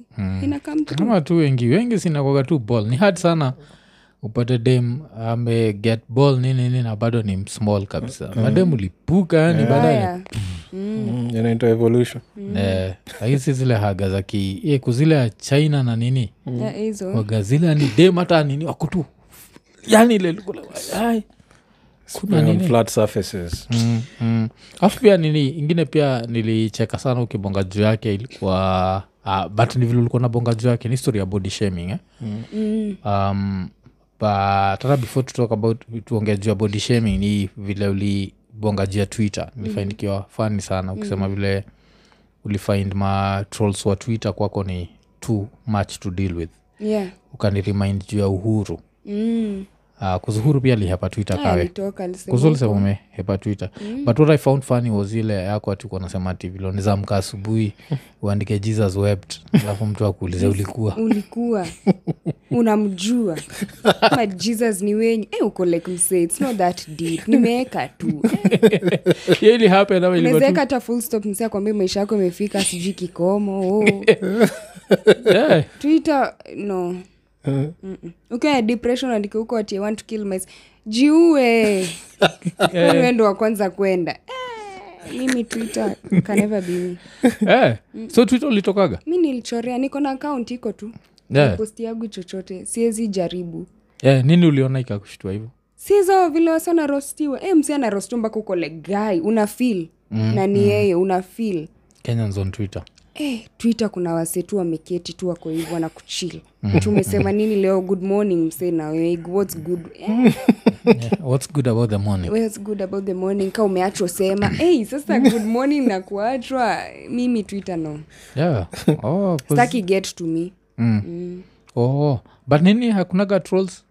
inakamtu
kama tu wengi wengi sinakwaga tu ball ni hard sana upate dem ame get ball nini nini na bado ni small kabisa madem ulipuka yani baadaye
haya
Mm, inaitwa evolution
Eh, lakini si zile haga za ki eh, kuzile ya china na nini
Ya, hizo
waga zile ni dem hata nini wako tu yani ile lukula, ai.
Spray on flat surfaces
Mm. alafu pia nini ingine pia nilicheka sana ukibonga juu yake ilikuwa uh, but ni vile ulikuwa nabonga juu yake ni story ya body shaming eh?
Mm.
um, but hata before to talk about tuongea juu ya body shaming ni vile ulibonga juu ya twitter
Mm.
nilifainikiwa fani sana ukisema vile ulifind ma trolls wa twitter kwako ni too much to deal with
Yeah.
ukaniremind juu ya uhuru
Mm. Ah,
uh, kuzuhuru pia alihepa twitter
Haya,
kawe
alitoka, alisema.
kuzulisema umehepa twitter but what i found funny was ile yako atikuwa nasema ati vilonizamka asubuhi uandike jesus wept alafu mtu akuulize ulikuwa
ulikuwa unamjua kama jesus ni wenyu eh, uko like msee its not that deep nimeeka tu
Hiyo ili happen ama ilikuwa tu-
unawezaeka hata full stop msee akwambia maisha yako imefika sijui kikomo oh.
Yeah.
twitter no Mm-mm. ukiwa na depression andike huko ati "I want to kill mys jiue Kwani wewe ndo wa kwanza kwenda Eh, mimi twitter can never be me.
Eh, so twitter ulitokaga
mi nilichorea niko na akaunti iko tu
Yeah.
posti yangu chochote siwezi jaribu
Eh, nini uliona ikakushtua hivyo
sizo vile wasi wanarostiwa e, msi anarostiwa mpaka uko like guy una feel mm, na ni yeye una feel
kenyans on twitter
Eh, twitter kuna wase tu wameketi tu wako hivo wanakuchila tu umesema nini leo good morning msee na wewe, what's good eh,
Yeah, what's good about the morning
what's good about the morning ka umeachwa sema hey, sasa good morning na kuachwa mimi twitter no
yeah. oh, 'cause-
staki get to me
oh. but nini hakunaga trolls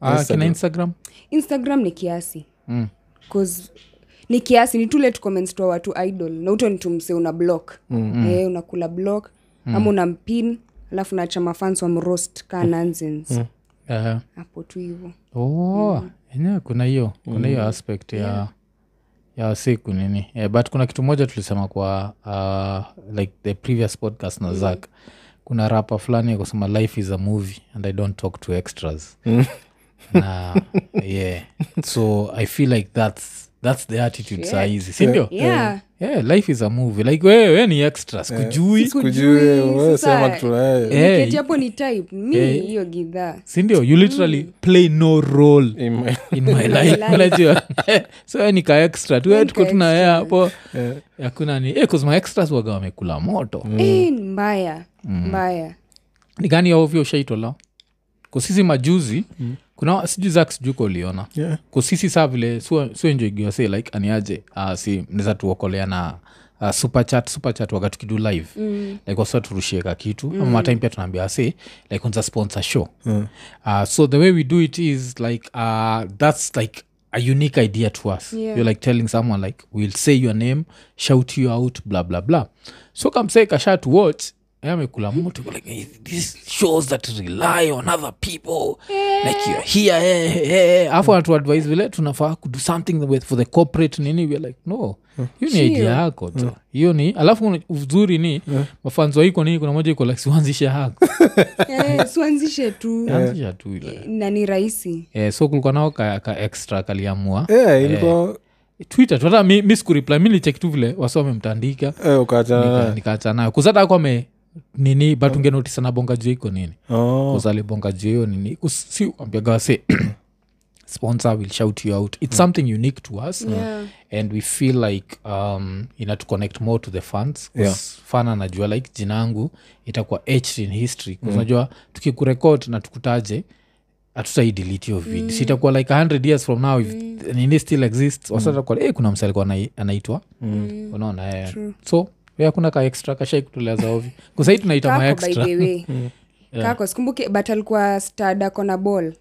Ah, kina instagram
instagram ni kiasi mm. cause ni kiasi ni tule comments twa watu idol na uto nitumse una block mm-hmm. e, unakula block mm. ama unampin alafu nacha mafans wa mrost ka nonsense
Eh,
hapo tu hivo
oh. enyewe kuna hiyo kuna hiyo aspect ya ya siku nini yeah, but kuna kitu moja tulisema kwa uh, like the previous podcast na zak kuna rapa fulani ya kusema life is a movie and i don't talk to extras na yeah so i feel like that's that's the attitude saa hizi sindio
yeah.
yeah life is a movie like wewe we ni extras kujui
kujue wewe
sasa-
sema tulae
Eh,
Niketi hapo ni type mi hiyo gidhaa
sindio you literally play no role in my life unajua so we nika extra tu we tuko tunawea hapo Mm. hakuna ni eh, 'cause my extras waga wamekula moto
Eh, mbaya mbaya
ni gani ya ovyo ushaitola kusisi majuzi mm. kuna sijui zak sijuko uliona
Yeah.
kusisi saa vile suenjoigiwase like aniaje uh, si mnaweza tuokolea na uh, superchat superchat wakati tukidu live mm. like wasa turushie ka kitu mm. ama matime pia tunaambia wase like unza sponsor show mm. uh, so the way we do it is like uh, that's like a unique idea to us
Yeah.
you're like telling someone like we'll say your name shout you out blah blah blah so kamsee kasha to watch eh, amekula moto yuko like, "Eh, this shows that rely on other people like you're here eh, eh, eh. afu anatuadvise vile tunafaa kudo something with, for the corporate nini we're like no hiyo ni idea yako tu hiyo ni alafu una- uzuri ni mafanzo waiko nini kuna moja iko like siuanzishe hako
Eh, suanzishe tu
anzisha tu ile
na ni rahisi
Eh, so kulikuwa nao ka, ka extra kaliamua
Eh, ilikuwa
twitter tu hata mi, mi sikureply mi nilicheck tu vile wasome mtandika
eh, ukaachana
nikaachana nayo kuzata ako ame nini but ungenotisana bonga juu iko nini
naye
kuzalibonga jeo nini siambiagawase sponsor will shout you out it's something unique to us
Yeah.
and we feel like um, ina to connect more to the fans 'Cause
Yeah.
fan anajua like jina yangu itakuwa etched in history 'Cause unajua tukikurekod na tukutaje hatutaidiliti yo
Hmm.
vid mm. sitakuwa like 100 years from now if nini still exists wasatakuwa hey, kuna msalikuwa anai- anaitwa
Hmm.
mm. unaona eh. so we hakuna ka extra kashai kutolea za ovyo kusahii tunaita ma
kako by
extra
the way kako sikumbuke but alikuwa stadako na ball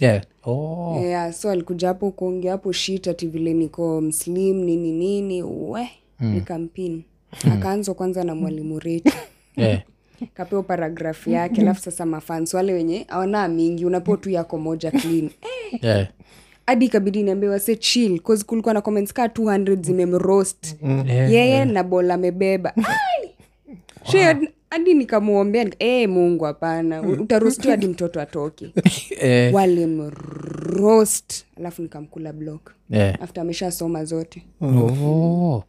yeah. oh.
yeah, so alikuja hapo kuongea hapo shit ati vile niko mslim nini nini we mm. nikampini
Mm.
akaanzwa kwanza na mwalimu retu
Eh.
kapewa paragrafu yake alafu sasa mafans wale wenye awanaa mingi unapewa tu yako moja clean
Yeah.
hadi ikabidi niambie wase chill cause kulikuwa na comments kaa 200 zimemroast
Yeah.
yeye na bola amebeba Ai! Shey, hadi- hadi nikamwombea nika, "Eh, mungu hapana u- utarostiwa hadi mtoto atoke
Mm. Eh,
walimroast alafu nikamkula block
eh.
after ameshasoma zote
Oh.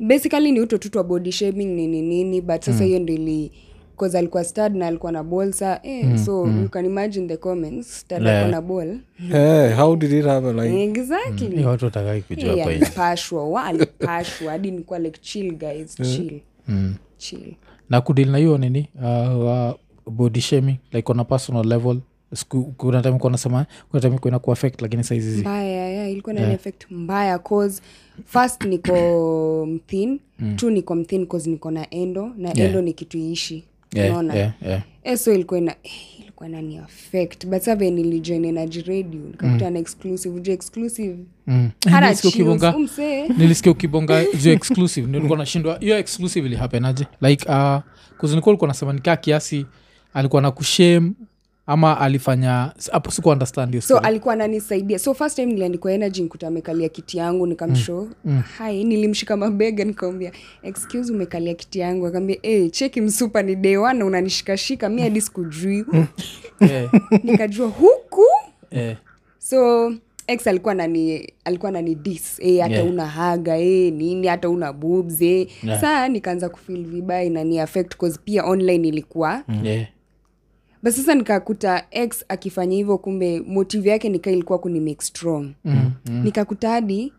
basically ni utotutu wa body shaming nini nini but
Mm.
sasa hiyo ndo ili cause alikuwa stud na alikuwa na ball sa eh, so you can imagine the comments stud
Mm, Yeah.
alikuwa na ball
Eh, how did it happen like
exactly
Ni watu watakai kujua
Eh,
kwa hii.
alipashwa wa alipashwa hadi nikuwa like chill guys
Eh,
chill
mm.
chill
na kudili na hiyo nini uh, uh, body shaming like on a personal level Siku- kuna time kuwa nasema kuna time kuwa inakuwa affect lakini saizizi
mbaya yeah, ilikuwa na
Eh.
yeah. effect mbaya cause first niko mthin two niko mthin cause niko na endo na
Mm. Yeah.
endo ni kitu iishi
yeah,
unaona
yeah, yeah.
Eh, so ilikuwa ina eh, ilikuwa nani affect but save nilijoin energy radio nikakuta na exclusive ju exclusive
Mm.
hana
Nilisikia ukibonga-
chills, umsee
nilisikia ukibonga juu exclusive ndio nilikuwa nashindwa hiyo exclusive ilihapenaje like uh, kuzinikuwa ulikuwa nasema nikaa kiasi alikuwa na kushem ama alifanya hapo siku understand hiyo
so
story.
alikuwa ananisaidia so first time niliandikwa energy nikuta amekalia kiti yangu nikamsho mm. hai nilimshika mabega nikamwambia excuse umekalia kiti yangu akaambia hey, cheki msupa ni day one unanishikashika mi hadi sikujui
Eh,
nikajua huku
eh.
so ex alikuwa nani alikuwa nani dis e, hata
Yeah.
una haga e, nini hata una boobs e. yeah. saa nikaanza kufil vibaya nani affect cause pia online ilikuwa
Yeah.
but sasa nikakuta x akifanya hivyo kumbe motive yake nika ilikuwa kuni make strong mm, mm. nikakuta hadi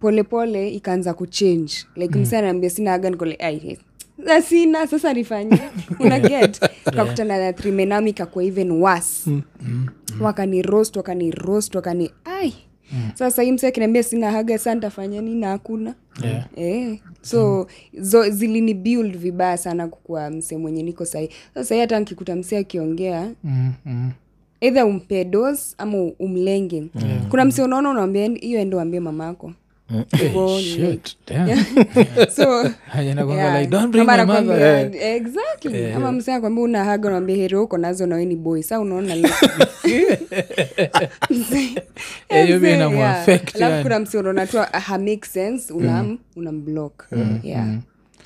polepole ikaanza kuchange like mm. msanaambia sina aga nikole ai eh, "Sasa sina sasa nifanye una get tukakutana na trimenami ikakuwa even worse mm. wakani roast wakani roast wakani ai mm. sasa hii msee akiniambia sina haga saa ntafanya nini na hakuna
Yeah.
Eh, so zo, zilini build vibaya sana kukuwa mse mwenye niko sahii so sahii hata nkikuta mse akiongea
Mm, mm.
eidha umpe dos ama umlenge kuna mse unaona unaambia hiyo ende uambie mamako
Eh, shit. Damn.
so
Inakuanga
yeah,
like, "Don't bring
ama
my mother." Eh,
anakuambia, exactly ama mse akwambia una haga unaambia heri uko nazo nawe ni boy sa unaona like-
Eh, hiyo pia
Mse,
inamu
yeah.
affect,
Alafu
yani. Mm.
kuna mse unaona tu ah, ha make sense unam unamblock yeah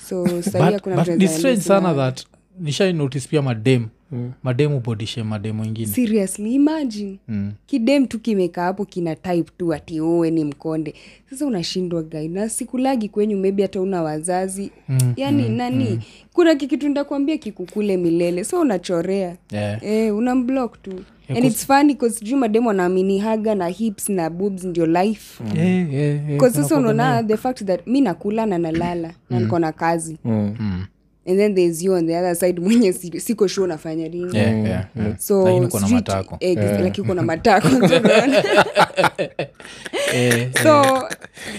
so sahii
But-
kuna
but
mtu
ni
anaeza
strange
ambia sina
sana that nishai notice pia madem
Mm.
madem ubodishe madem wengine
seriously imagine mm. kidem tu kimekaa hapo kina type tu ati uwe ni mkonde sasa unashindwa gai na sikulagi kwenyu maybe hata una wazazi mm, yani mm, nani mm. kuna kikitu ndakuambia kikukule milele so unachorea
Yeah.
eh, unamblock tu and its funny cause juu mademu anaamini haga na hips na boobs ndio life mm.
Eh, eh, eh,
Mm.
mm.
sasa unaona the fact that mi nakula na nalala na niko na kazi and then there's you on the other side mwenye si- siko sure unafanya nini
Yeah, yeah, yeah.
so
Mm. Lakini uko na
sijui-
matako.
eh, like uko na matako so unaona.
Eh,
so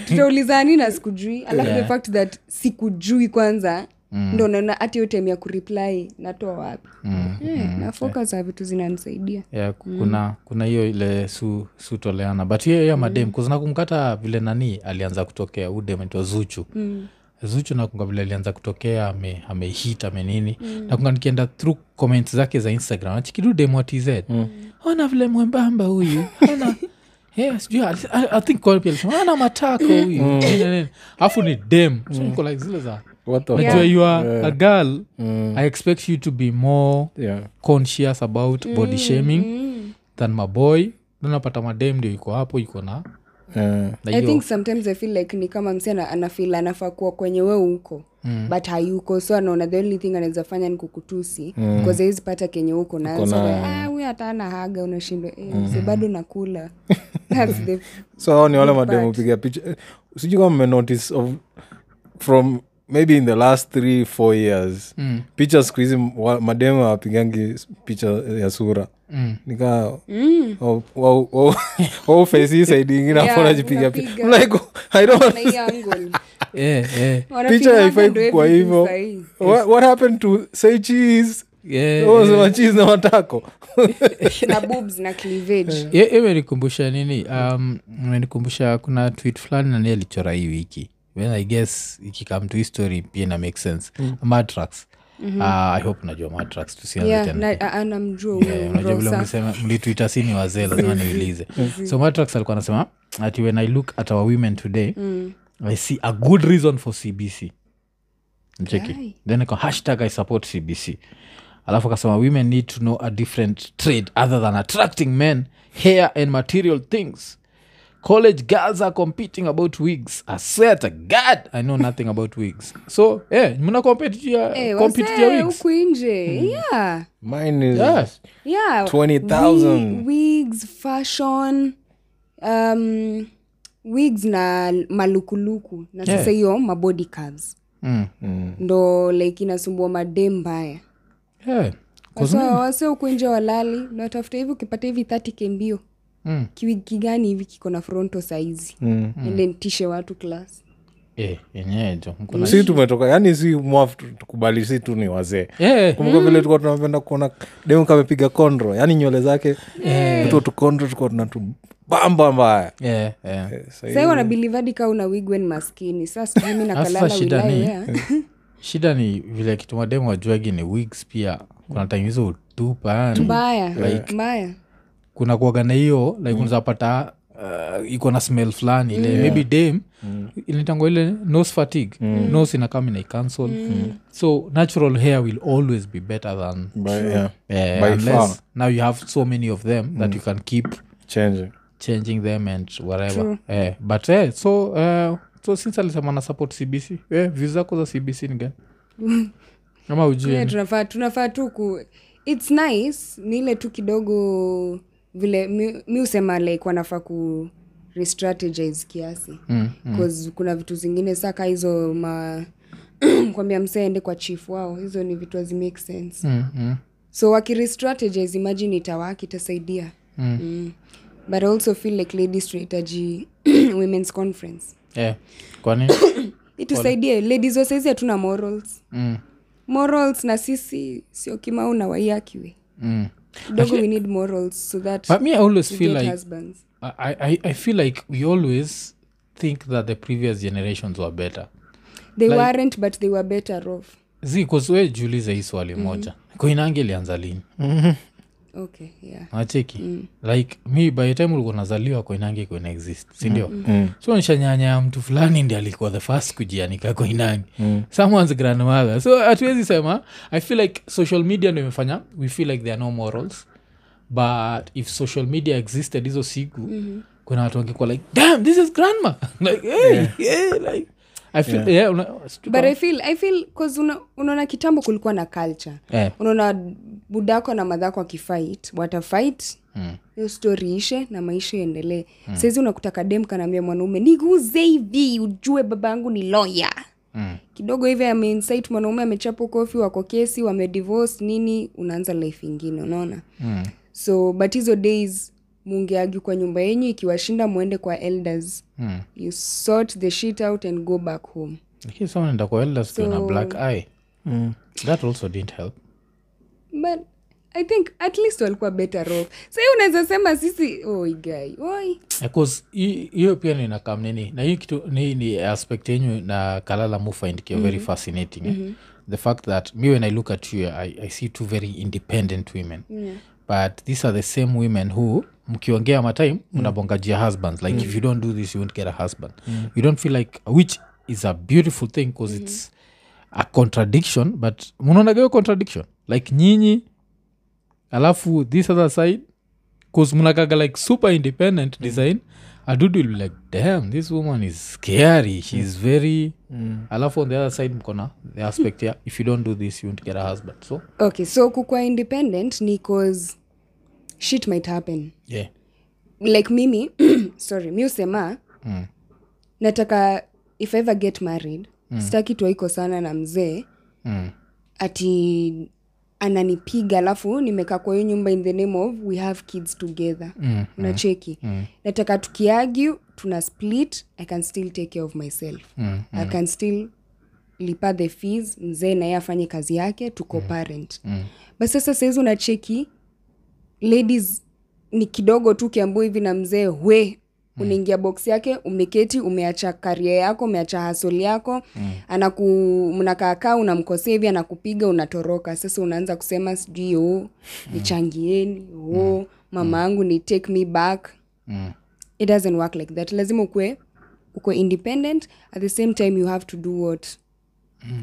tutaulizani na sikujui alafu the fact that sikujui kwanza
Mm.
ndo naona hata hiyo time ya kureply natoa wapi
Mm.
Eh, na focus na vitu zinanisaidia
yeah, ku- kuna kuna hiyo ile su, sutoleana but hiyo ya madem kuzinakumkata vile nani alianza kutokea udem aitwa zuchu mm. zuchu nakunga vile alianza kutokea ame- amehit ame amenini mm. nakunga nikienda through comments zake za instagram achikidudem watz mm. ona vile mwembamba huyu ona Yeah, sijui, I, I- I think kwa pia alisema, ana matako huyu Nini, nini. alafu ni dem so niko like zile za
What the
najua
fuck?
you are a girl
Mm.
i expect you to be more
Yeah.
conscious about mm, body shaming mm. than maboy napata madem ndio iko hapo iko na
Yeah.
na
i
hiyo-
think sometimes i feel like ni kama msi ana- anafeel anafaa kuwa kwenye we uko mm. but hayuko so anaona the only thing anaweza fanya ni kukutusi mm. awezi pata kenye uko nahuyu eh, hata ana haga unashindwa eh,
Mm-hmm.
mzee, bado nakula That's the-
so hao ni wale mademu piga picha Eh, sijui kama mmenotice of from maybe in the last three four years mm. picha siku hizi wa- mademu awapigangi picha ya sura
Mm.
nikaa au face hii saidi ingine
Mm. Yeah,
afu anajipiga picha
unapiga.
I'm like i don't
na hiyo angle.
Eh, eh,
Wanapiga
picha
haga
haifai
ndo
kukwa
everything
hivyo
sahi.
what, what happened to say cheese
eh,
Oh, sema cheese na matako
na boobs na cleavage
eh, eh, imenikumbusha nini um, imenikumbusha kuna tweet fulani nani alichora hii wiki when i guess ikikam to history pia ina make sense mm. matrax mm-hmm. uh, i hope najua matrax tusianze
Yeah,
tena
na- a- a- namjua
Eh,
huyo
unajua vile
Mm, Rosa.
mlisema mlitwita sini wazee lazima niulize so matrax alikuwa anasema ati when i look at our women today mm. i see a good reason for cbc
Aye.
mcheki then iko hashtag i support cbc alafu akasema women need to know a different trade other than attracting men hair and material things college girls are competing about wigs aset god i know nothing about wigs so eh, mna compete juu ya-
Eh,
compete Mm. juu ya
wasee,
wigs
huku nje yeah
mine is
Yes.
yeah
20,000.
Wi- wigs fashion um, wigs na l- malukuluku na sasa hiyo mabody curves
Mm.
ndo like inasumbua madem mbaya
Yeah.
Wasa- wase huku nje walali natafuta hivi ukipata hivi 30 kembio
Mm.
kiwig kigani hivi kiko na fronto saizi
Mm.
and then tishe watu class
Eh, yenyewe jo mko na-
si tumetoka yani si mwaf tukubali si tu ni wazee
Eh,
kumbuka vile tulikuwa tunapenda kuona demu kamepiga kondro yani nywele zake kuto tukondro tulikuwa tunatubamba mbaya
eh, eh.
sahii wanabilivadi kaa una wigwen maskini sasa sijui mi nakalala
Sasa shida
wilaya
ni-
yeah.
shida ni vile kitu mademu wajuagi ni wigs pia kuna time hizo utupa yani.
mbaya mbaya
kuna kuaga na hiyo
Mm.
like unazapata uh, iko na smell fulani ile maybe dam
Mm.
inaitangwa ile nose fatigue nose inakam inaicancel
Mm.
Mm. so natural hair will always be better than
By- yeah.
eh,
By
unless
far. Mm.
now you have so many of them that you can keep
Change.
changing them and whatever eh, but eh, so uh, so since alisema na support cbc eh, views zako za cbc ni gani ama ujui
Yeah, tunafaa tunafaa tu ku its nice ni ile tu kidogo vile mi mi husema like wanafaa ku restrategize kiasi mm, mm. cause kuna vitu zingine saka hizo ma kwambia msee ende kwa chief wao hizo ni vitu hazimake sense
Mm, mm,
so wakirestrategize imagine itawaki itasaidia mm. Mm. but I also feel like ladies tunahitaji women's conference
eh, kwani
itusaidie ladies wasaizi hatuna morals
Mm,
morals na sisi sio kimau na waiakiwe
mm.
kidogo we need morals so that
but me i always
we
feel
get
like
husbands
I, I, I feel like we always think that the previous generations were better
they weren't but they were better off
zi koswe juulize hii swali moja koinange ilianza lini
okay yeah
nacheki
Mm.
like mi by the time ulikuwa nazaliwa koinange kuina exist sindio
Mm.
so nishanyanya ya mtu fulani ndi alikuwa the first kujianika koinange
Mm.
someone's grandmother so hatuwezi sema i feel like social media ndo imefanya we feel like there are no morals but if social media existed hizo siku
Mm-hmm.
kuna watu wangekuwa like damn this is grandma like, hey, yeah, like, I feel, yeah. una,
but i feel i feel cause una, unaona kitambo kulikuwa na culture
Eh.
unaona budako na madhako wakifight watafight
Mm.
hiyo stori ishe na maisha iendelee mm. saizi unakuta kadem kanaambia mwanaume niguze hivi ujue baba yangu ni loya
mm.
kidogo hivi ameinsight mwanaume amechapwa kofi wako kesi wamedivorce nini unaanza life ingine unaona
Mm.
so but hizo days mungeagi kwa nyumba yenyu ikiwashinda mwende kwa elders
Mm.
you sort the shit out and go back home
lakini sama nenda kwa elders ukiwa na
So- Mm.
black eye that also didn't help
but i think at least walikuwa better off sahii unaweza sema sisi oi guy oi
Because hi- hiyo pia ninakam nini na hiyo kitu ni, ni aspect yenyu na kalala mufindikio very fascinating eh? the fact that me when i look at you i, I see two very independent women
yeah.
but these are the same women who mkiongea matime mnabongajia husbands like if you don't do this you won't get a husband you don't feel like which is a beautiful thing because it's a contradiction but mnaonagayo contradiction like nyinyi alafu this other side bcause mnakaga like super independent design adudu will be like damn this woman is scary she's very alafu on the other side mkona the aspect ya if you don't do this you won't get a husband so
okay so kukwa independent ni cause shit might happen
yeah
like mimi sorry mi usema
Mm.
nataka if I ever get married mm. sitaki tuaiko sana na mzee
mm.
ati ananipiga alafu nimekaa kwa hiyo nyumba in the name of we have kids together
Mm.
unacheki mm. nataka tukiagu tuna split i can still take care of myself
Mm.
i can still lipa the fees mzee naye afanye kazi yake tuko mm. parent mm. but sasa sahizi unacheki ladies ni kidogo tu kiambu hivi na mzee we unaingia box yake umeketi umeacha karia yako umeacha hasoli yako mm. anaku mnakaakaa unamkosea hivi anakupiga unatoroka sasa unaanza kusema sijui o nichangieni o mama yangu ni take me back
Mm.
it doesn't work like that lazima ukue uko independent at the same time you have to do what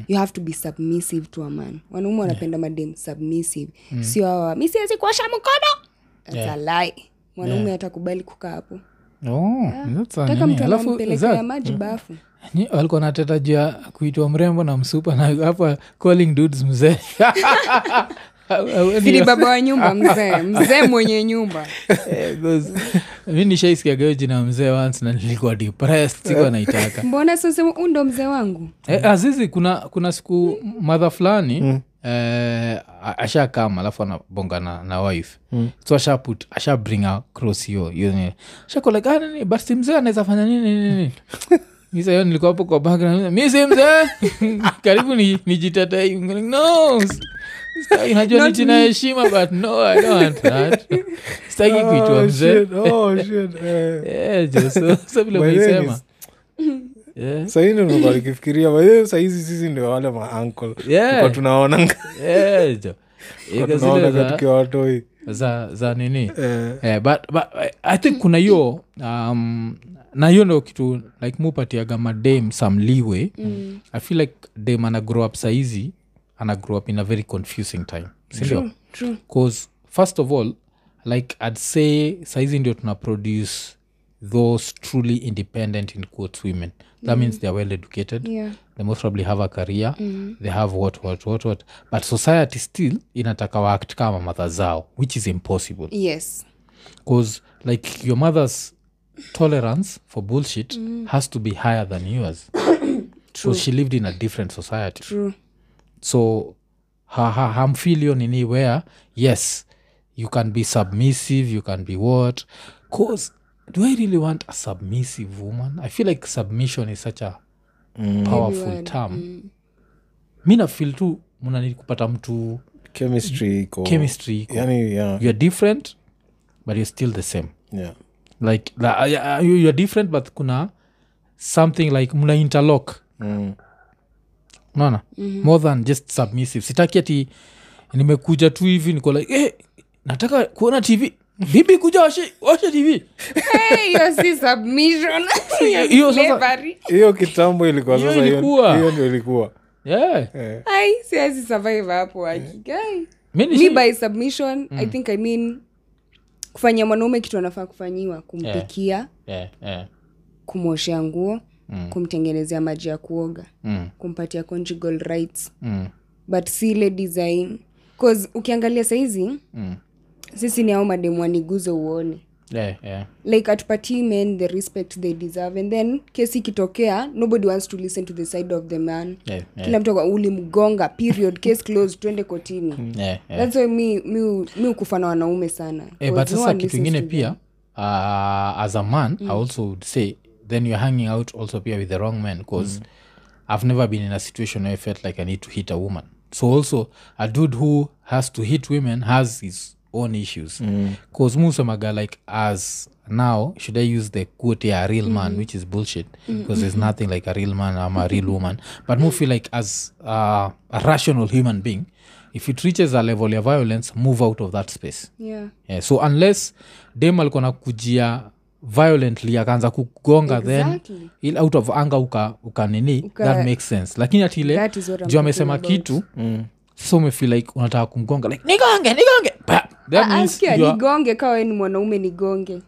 you have to be submissive to a man wanaume wanapenda madem submissive sio hawa mi siwezi kuosha mkono That's a lie mwanaume atakubali kukaa hapo
Oh, that's a
taka
nini.
mtu
Alafu,
anampelekea
Zach,
maji bafu
ni- walikuwa nateta juu ya kuitwa mrembo na msupa na hapa calling dudes mzee
Siri baba wa nyumba mzee mzee mwenye nyumba
mi nishaisikiagayo jina mzee once na nilikuwa depressed sikuwa naitaka
mbona sasema undo mzee wangu
Eh, azizi kuna kuna siku madha fulani eh, a- ashakam alafu anabonga na, na wife so asha put asha bring across hiyo hiyo nini. Ashako like, "Ah, nini, basi mzee anaweza fanya nini nini nini Misa hiyo nilikuwa hapo kwa background, mi si mzee karibu ni- nijitetee I'm like, no sitaki, unajua
Not
nitina
me."
heshima but no i don't want that sitaki kuitwa
Oh,
mzee
shit, oh, shit, eh.
Eh, jo, so- so vile
By the way, ni-
umeisema. Yeah.
sahii nimekuwa nikifikiria bae sahizi eh, sisi ndio wale maankl
Yeah.
tunaonanga
Eh, jo. Ika zile
tunaonanga
za-
tukiwa watoi
za za nini
Eh,
eh, but, but eh, i think kuna hiyo um, na hiyo ndo kitu like mupatiaga madem some leeway mm. i feel like dem ana grow up saizi ana grow up in a very confusing time sindio
true
bcause first of all like i'd say saizi ndio tuna produce those truly independent in quotes women that means theyare well educated
yeah
they most probably have a career they have what what what what but society still inataka waact kama mother zao which is impossible
yes
because like your mother's tolerance for bullshit has to be higher than yours because she lived in a different society
true
so ha, ha, hamfeel hiyo nini where yes you can be submissive you can be what cause do i really want a submissive woman i feel like submission is such a powerful
word,
term mi nafil tu mnani kupata mtu
chemistry iko
chemistry iko.
yani yeah,
youare different but you're still the same
yeah.
like la- ya- you- you're different but kuna something like mna interlock
Mm.
unaona mm-hmm. more than just submissive sitaki ati nimekuja tu hivi niko like eh, nataka kuona tv bibi kuja washe, washe tv
hey, hiyo si submission
Hiyo sasa-
Slavery.
hiyo kitambo ilikuwa
Hiyo
sasa hiyo
ilikuwa.
hiyo ndio ilikuwa
yeah.
Eh,
ai siwezi survive hapo akigai
Mi
mi
nishi-
by submission
Mm.
i think i mean kufanyia mwanaume kitu anafaa kufanyiwa kumpikia
yeah, Mm. yeah.
kumwoshea nguo kumtengenezea maji ya kuoga
Mm,
kumpatia conjugal rights
mm,
but si ile design cause ukiangalia saizi
mm.
sisi ni ao mademu waniguze uone
yeah, yeah.
like hatupatii men the respect they deserve and then kesi ikitokea nobody wants to listen to the side of the man
Yeah, yeah.
kila mtu akwa- ulimgonga period case closed twende kotini
Yeah, Mm, yeah.
that's why mi, mi, mi ukufa na wanaume sana
Eh, but
Because no
sasa
one
kitu
listens
ingine
to
pia uh, as a man mm. i also would say then you're hanging out also pia with the wrong man because mm. i've never been in a situation where i felt like i need to hit a woman so also a dude who has to hit women has his own issues because mm. musemaga like as now should i use the quote yeah, a real man which is bullshit because there's nothing like a real man i'm a real woman but mu feel like as uh, a rational human being if it reaches a level ya violence move out of that space
them. yeah
yeah, so unless dem alikuwa nakujia violently akaanza kugonga
Exactly.
then il out of anger uka, uka nini
Uka-
that makes sense lakini atile
That is what I'm
juu amesema
talking about.
kitu mm. so umefeel like unataka kumgonga like nigonge nigonge Pa! that
Ah,
means
sikia,
you are-
nigonge kawa we ni mwanaume nigonge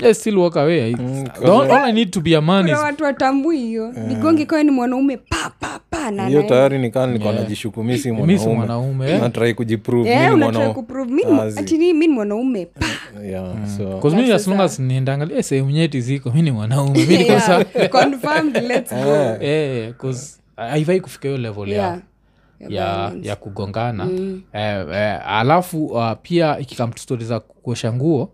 yeah, still walk away the all, all i need to be a man is
kuna watu watambui hiyo
Eh.
nigonge kawa we ni mwanaume pa pa pa na
hiyo
anaenda.
tayari nikaa nilikuwa najishukumi si
mi si
mwanaume
mwanaume yeah.
natrai kujiprove
Eh,
mimi ni
unataka
mwanaume.
kuprove mi ni mwa-
Azi.
ati ni- mi ni mwanaume pa
Yeah, so-
Cause mimi as long as niendangalia sehemu nyeti ziko mi ni mwanaume mi niko sawa.
Yeah, confirmed, let's go.
Eh, eh, 'cause haifai kufika hiyo level ya
Yeah.
ya, ya kugongana mm. eh, eh, alafu uh, pia ikikam stori za kuosha nguo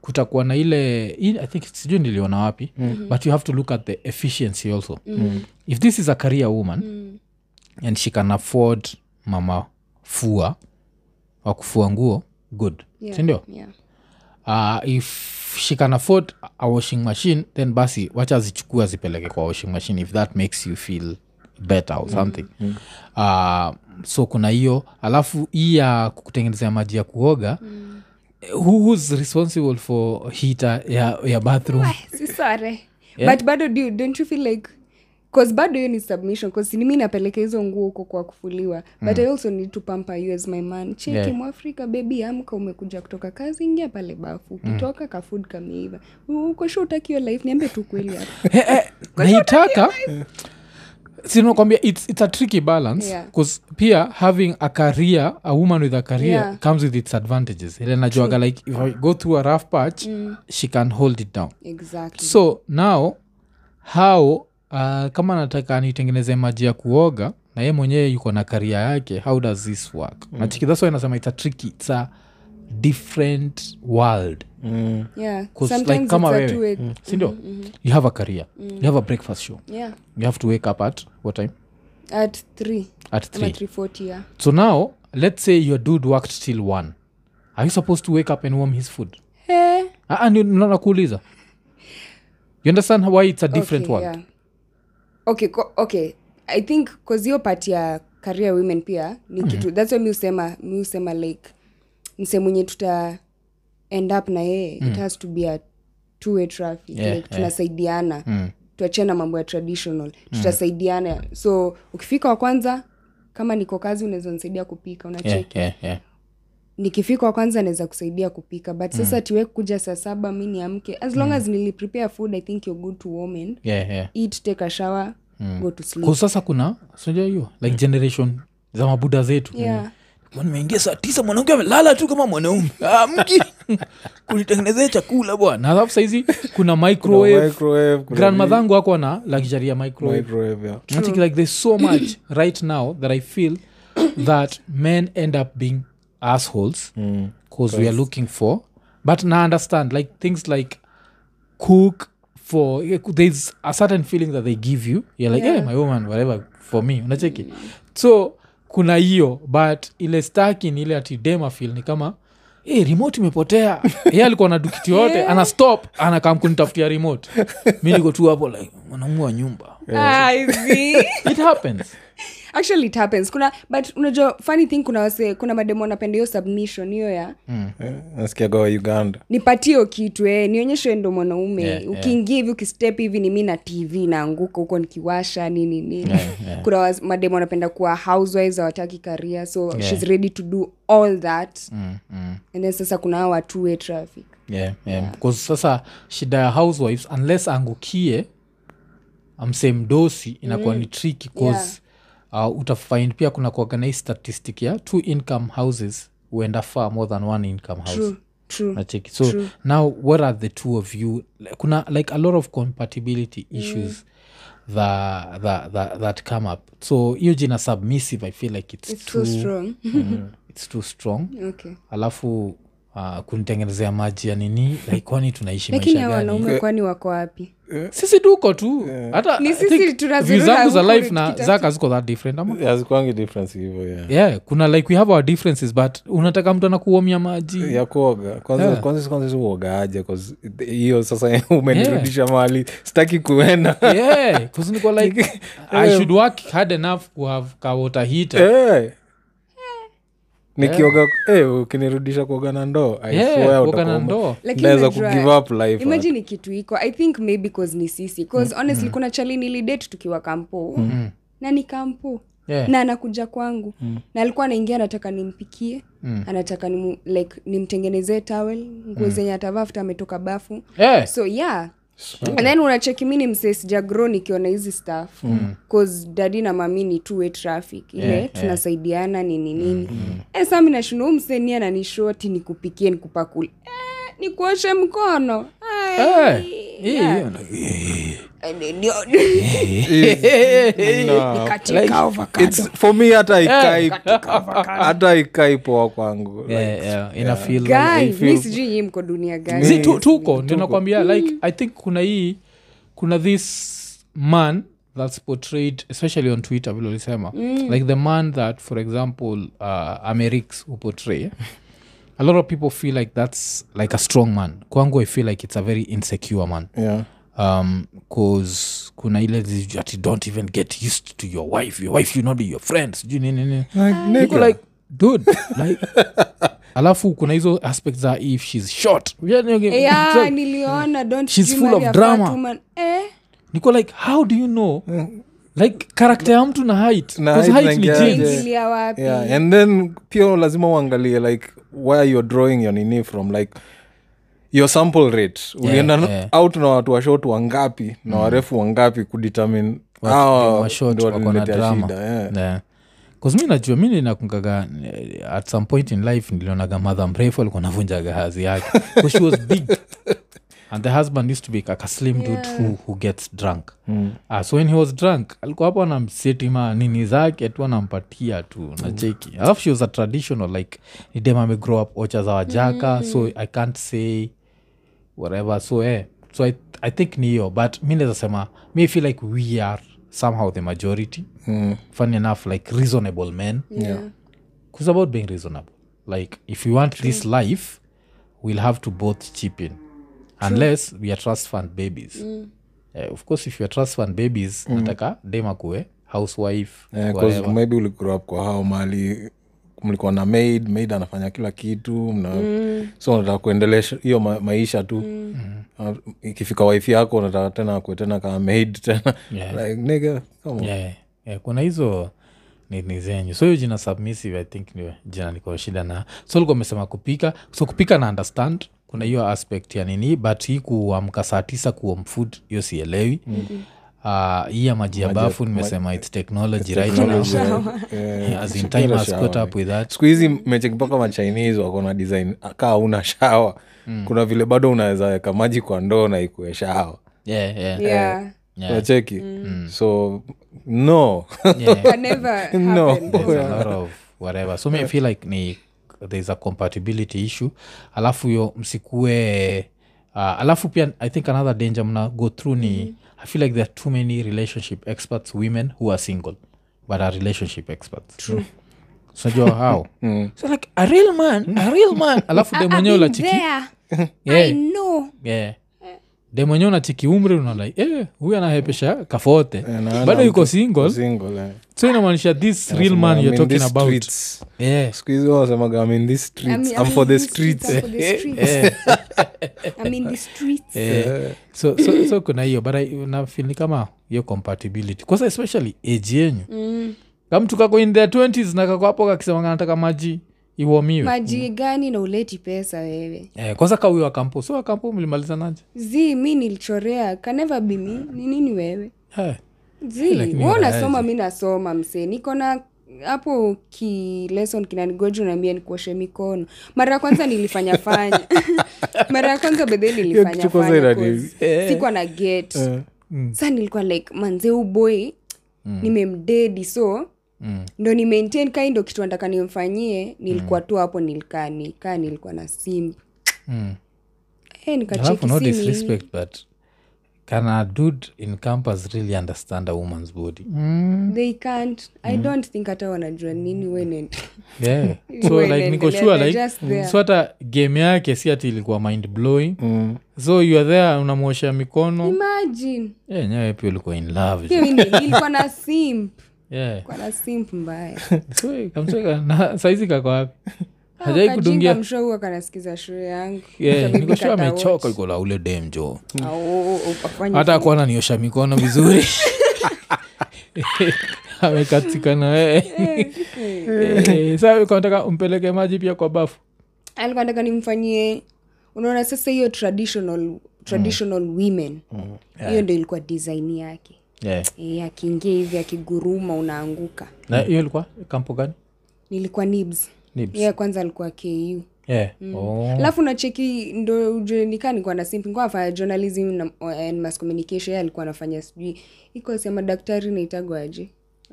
kutakuwa na ile i- i think sijui niliona wapi mm-hmm. but you have to look at the efficiency also mm-hmm. if this is a career woman mm-hmm. and she can afford mama fua wa kufua nguo good
Yeah,
sindio
yeah.
uh, if she can afford a washing machine then basi wacha zichukue azipeleke kwa washing machine if that makes you feel better or something mm, mm. Uh, so kuna hiyo alafu hii ya kutengenezea maji ya kuoga mm. who, who's responsible for heater ya, ya bathroom
Ah, si sare but bado do, don't you feel like cause bado hiyo ni submission cause ni mi napeleka hizo nguo huko kwa kufuliwa but i also need to pamper you as my man cheki
Mm. Yeah.
mwafrika bebi amka umekuja kutoka kazi ingia pale
Mm.
bafu ukitoka ka food kameiva uko sure utaki hiyo life niambe tu kweli hapa
Eh, eh, naitaka sinakwambia it's, it's a tricky balance
Yeah.
'cause pia having a career a woman with a career
Yeah.
comes with its advantages ile najuaga like if i go through a rough patch
Mm.
she can hold it down
exactly
so now how uh, kama nataka nitengeneze maji ya kuoga na ye mwenyewe yuko na karia yake how does this work mm. nachikidhaswa inasema it's a tricky it's a different world
Mm.
yeah
'Cause
sometimes
like kama
it's a
wewe, Mm.
two-way- Mm, mm-hmm.
sindio you have a career you have a breakfast show
yeah
you have to wake up at what time
at 3
at
ama
three
340 yeah
so now let's say your dude worked till one are you supposed to wake up and warm his food
hey,
Ah, ah, ni- na- nakuuliza you understand why it's a different
okay,
one
yeah. okay, ko- okay i think cause hiyo part ya career women pia ni
Mm-hmm.
kitu that's why mi usema mi usema like mse mwenye tuta end up na yeye it has to be a two way traffic
Mm. Yeah, Mm.
like tunasaidiana tuachana mambo ya traditional tutasaidiana so ukifika wa kwanza kama niko kazi unaweza nisaidia kupika unacheki
Yeah, yeah, yeah.
nikifika wa kwanza naweza kusaidia kupika but sasa tiwe kuja saa saba mi niamke as long as niliprepare food i think you're good to woman
Yeah, yeah.
eat take a shower go to sleep
Kwa sasa kuna sinajua hiyo like generation za mabuda zetu
yeah
Mbona nimeingia saa tisa mwanamke amelala tu kama mwanaume Ah, mki kunitengenezea chakula bwana alafu saizi kuna microwave
Microwave, kuna
grandmadhangu ako na luxury ya microwave
microwave, yeah.
I think like there's so much right now that I feel that men end up being assholes because we are looking for. But now I understand like things like cook for yeah, there's a certain feeling that they give you. You're like, yeah,
Yeah.
my woman, whatever for me. Unacheki. So kuna hiyo but ile staki ni ile ati dema feel ni kama Hey, remote imepotea ye alikuwa na dukiti yote yeah. ana stop anakam kunitafutia remote mi niko tu hapo like mwanaume wa nyumba
Ah, I see.
it happens
actually it happens kuna but unajua funny thing kuna wase kuna mademo wanapenda hiyo submission hiyo ya
Eh, nasikiaga wa uganda
nipatie hiyo kitu eh, nionyeshe ndo mwanaume
Yeah, yeah.
ukiingia hivi ukistep hivi ni mi na tv naanguka huko nikiwasha nini nini kuna was- mademu wanapenda kuwa housewives hawataki karia so shes ready to do all that
mm, mm.
and then sasa kuna hawa two way traffic
yeah, yeah. Because sasa shida ya housewives unless angukie amse mdosi inakuwa ni triki cause uh, utafind pia kuna kuaganai statistic ya two income houses huenda far more than one income house
True, true
nacheki so
True.
now what are the two of you Like, kuna like a lot of compatibility issues mm. that, that, that, that come up so hiyo jina submissive i feel like it's,
it's
too, mm,
too strong
it's too strong
okay
alafu uh, kunitengenezea maji ya nini like kwani tunaishi
lakini
maisha
hawa
gani
wanaume kwani wako wapi
sisi tuko tu hata
Ni
I
sisi
think
tunazurura
views zangu za
huku
life na
tukitafuta.
zaka ziko that different ama
hazikwangi difference hivyo yeah.
yeah kuna like we have our differences but unataka mtu anakuomia maji
ya kuoga kwanza
Yeah.
kwanza kwanza si uogaaje 'cause hiyo sasa umenirudisha mahali sitaki kuenda
yeah 'cause niko like i should work hard enough to have ka water heater
Eh. nikioga eh, ukinirudisha kuoga na ndoo I
Yeah,
swear
kuoga
utakuwa
na
ume-
ndoo.
Lakini
naweza
unajua,
kugive up life
imagine kitu iko i think maybe cause ni sisi
Mm,
cause honestly kuna chali nilidate tukiwa kampo na ni kampo
Yeah.
na anakuja kwangu na alikuwa anaingia anataka nimpikie anataka nimu, like nimtengenezee towel nguo zenye atavaa after ametoka bafu
yeah.
so yeah and then unacheki mini msee sijagro nikiona hizi staff mm. Eh, cause dadi na mami ni two way traffic ile yeah, tunasaidiana nini nini mm. e sami nashindwa huu msee ni ananishoti nikupikie nikupakule eh, nikuoshe mkono Ai,
Eh, hii,
yeah.
hiyo na-
Eh, ndio- ndio-
No.
nikatika avocado.
It's- for me hata ikai hata ikai poa kwangu Like,
Yeah, yeah, ina feel like-
Guy,
I feel-
mi sijui nyi mko dunia gani
Zi- tu- tuko ndio nakwambia like i think kuna hii kuna this man that's portrayed especially on twitter vile ulisema like the man that for example uh, amerix who portray a lot of people feel like that's like a strong man kwangu i feel like it's a very insecure man
yeah.
um cause kuna ile zi- ati don't even get used to your wife your wife you know your friends sijui nini nini
Like,
Niko
nigga.
like dude like alafu kuna hizo aspect za if shes short Yeah, yeah, yeah.
yeah,
So,
niliona don't
She's
sijui
full of
mahali ya
drama.
Fatuma- eh,
niko like how do you know like karakta ya mtu na height
Mm. Na
Because
height
height ni
inaingiaje?
genes.
Yeah.
ingilia wapi
Mm.
yeah. and then pia lazima uangalie like where you're drawing your nini from like your sample rate ulienda na-
yeah. Mm.
out na watu washot wangapi na warefu wangapi kudetermine hawa
Wa short
ndio
wako na
waliletea
drama Mm.
shida, yeah.
Yeah. 'Cause mi najua mi ninakungaga eh, at some point in life nilionaga madha mrefu alikuwa navunjaga hazi yake 'Cause she was big and the husband used to be like a slim dude who, who gets drunk
Hmm.
Ah, so when he was drunk alikuwa hapo anamsetima nini zake tu anampatia tu nacheki alafu she was a traditional like idem amegrow up ocha za wajaka so i can't say whatever so eh so i, I think ni hiyo but mi naweza sema mi feel like we are somehow the majority mm. funny enough like reasonable men
Yeah.
it's about being reasonable like if we want this life we'll have to both chip in unless we are trust fund babies Eh, of course if you are trust fund babies nataka dema kuwe housewife
Yeah, Eh, 'cause
whatever.
maybe uligrow up kwa hao mali mlikuwa na maid maid anafanya kila kitu mna, so unataka kuendelesha hiyo ma, maisha tu
Mm.
Ah, ikifika wife yako unataka tena akue tena kaa maid tena
Yeah.
like, nigga, come on.
yeah, yeah, kuna hizo nini zenyu so hiyo jina submissive i think ndio jina niko shida na so likuwa amesema kupika so kupika na understand kuna hiyo aspect ya nini but hii kuamka saa tisa kuom food hiyo sielewi mm-hmm. Uh, hii ya maji ya bafu nimesema its technology right now
Technology, yeah.
Yeah, as in
Shakira
time has
shower,
caught up with that
siku hizi mecheki mpaka machinese wako na design kaa una shawa
Hmm.
kuna vile bado unaweza weka maji kwa ndoo na ikue shawa
yeah, yeah,
Yeah.
yeah. Hmm.
nacheki so no
yeah.
Can never
No.
happen.
Yeah.
there's a lot of whatever so me feel like ni there's a compatibility issue alafu yo msikue uh, alafu pia i think another danger mna go through ni
Mm-hmm.
i feel like there are too many relationship experts women who are single but are relationship experts True. so jo how so like a real man a real man alafu de mwenyewe
Mm. I've
unachiki
been there. I
yeah,
know.
yeah. de mwenyewe unachiki umri unaona eh, huyu anahepesha
Eh,
kafote
naona
bado yuko
mtu-
single
single eh.
so inamaanisha this real
Nasema,
man
"I'm
you're
in
talking
these
about
streets."
yeah.
siku hizi wasemaga "I'm in these streets.
I'm-
I'm
I'm
for
in
the
these streets,
streets."
I'm for the streets.
Eh,
I'm in the streets.
eh. so, so, so kuna hiyo but I- nafeel ni kama hiyo compatibility kwanza especially age yenyu
Mm.
kamtu kako in their 20s na kako hapo kakisemanga nataka maji iwomiwe
maji gani na uleti pesa wewe
eh, kwanza kauyo akampo so akampo mlimalizanaje
zi mi nilichorea kaneva bimi ni nini wewe
eh.
zi
Lakini
we
unaaje?
unasoma mi nasoma msee niko na hapo ki lesson kinanigoja unaambia nikuoshe mikono mara ya kwanza nilifanya fanya mara ya kwanza bedhe nilifanya
kitu kwanza
fanya
inani-
cause
Eh.
sikuwa na get
mm.
sa nilikuwa like manze u boy nimemdedi so
Mm.
ndo ni maintain kai ndo kitu nataka nimfanyie nilikuwa tu hapo nilikaa nikaa nilikuwa na Eh, simb
Mm.
hey,
alafu no
nikachekisini
disrespect but can a dude in campus really understand a woman's body
Mm. they can't i
Mm.
don't think hata wanajua nini wenen
yeah. so
Wewe
like niko sure
inaendelea, they're
like
just there.
so hata game yake si ati ilikuwa mind blowing
Mm.
so you are there unamwosha mikono
imagine
yeah, nyewe pia ulikuwa in love
Hiyo ni- nilikuwa na simp
yeah.
kwa na simp mbaya
so kamseka na saizi kako wapi
Ah,
hajai kudungia
mshou akanasikiza shule yangu
Yeah,
Kabibi
niko sure
kata
amechoka
watch.
iko la ule demjo
Ah, oo, oo, oo, afanye
hata kuana niosha mikono vizuri amekatika na
Eh,
Eh, wewe sa kanataka umpeleke maji pia kwa bafu
alikuwa nataka nimfanyie unaona sasa hiyo traditional traditional
Mm.
women hiyo ndo ilikuwa design yake
yeah.
e, akiingia hivi akiguruma unaanguka
na hiyo ilikuwa kampo gani
nilikuwa nibs
Nibs.
yeye kwanza alikuwa ku
yeah.
Mm.
oh.
alafu nacheki ndo ujue nikaa nikuwa na simp nikuwa nafanya journalism na, and mass communication yeye alikuwa anafanya sijui iko sema daktari naitagwa aje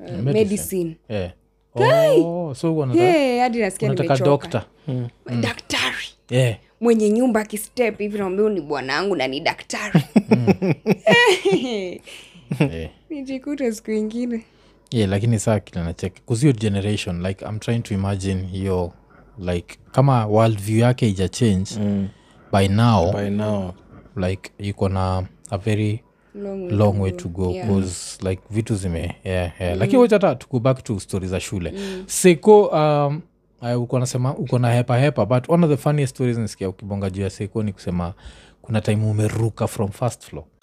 Eh, medicine
yeah. oh, so wanataka-
Hey, hadi nasikia
unataka Mm.
nimechoka
dokta
daktari
yeah.
mwenye nyumba akistep hivi naambia ni bwanangu na ni daktari
yeah.
nijikute siku ingine
yeah, lakini saa kilanachek kuzio generation like im trying to imagine hiyo like kama world view yake ija change mm. by now
by now
like iko na a very
Long way
long way to go cause like vitu zime yeah, yeah. lakini wacha hata tuko back to stori za shule seko um, uh, uko nasema uko na hepa hepa but one of the funniest stories nisikia ukibonga juu ya seko ni kusema kuna time umeruka from first floor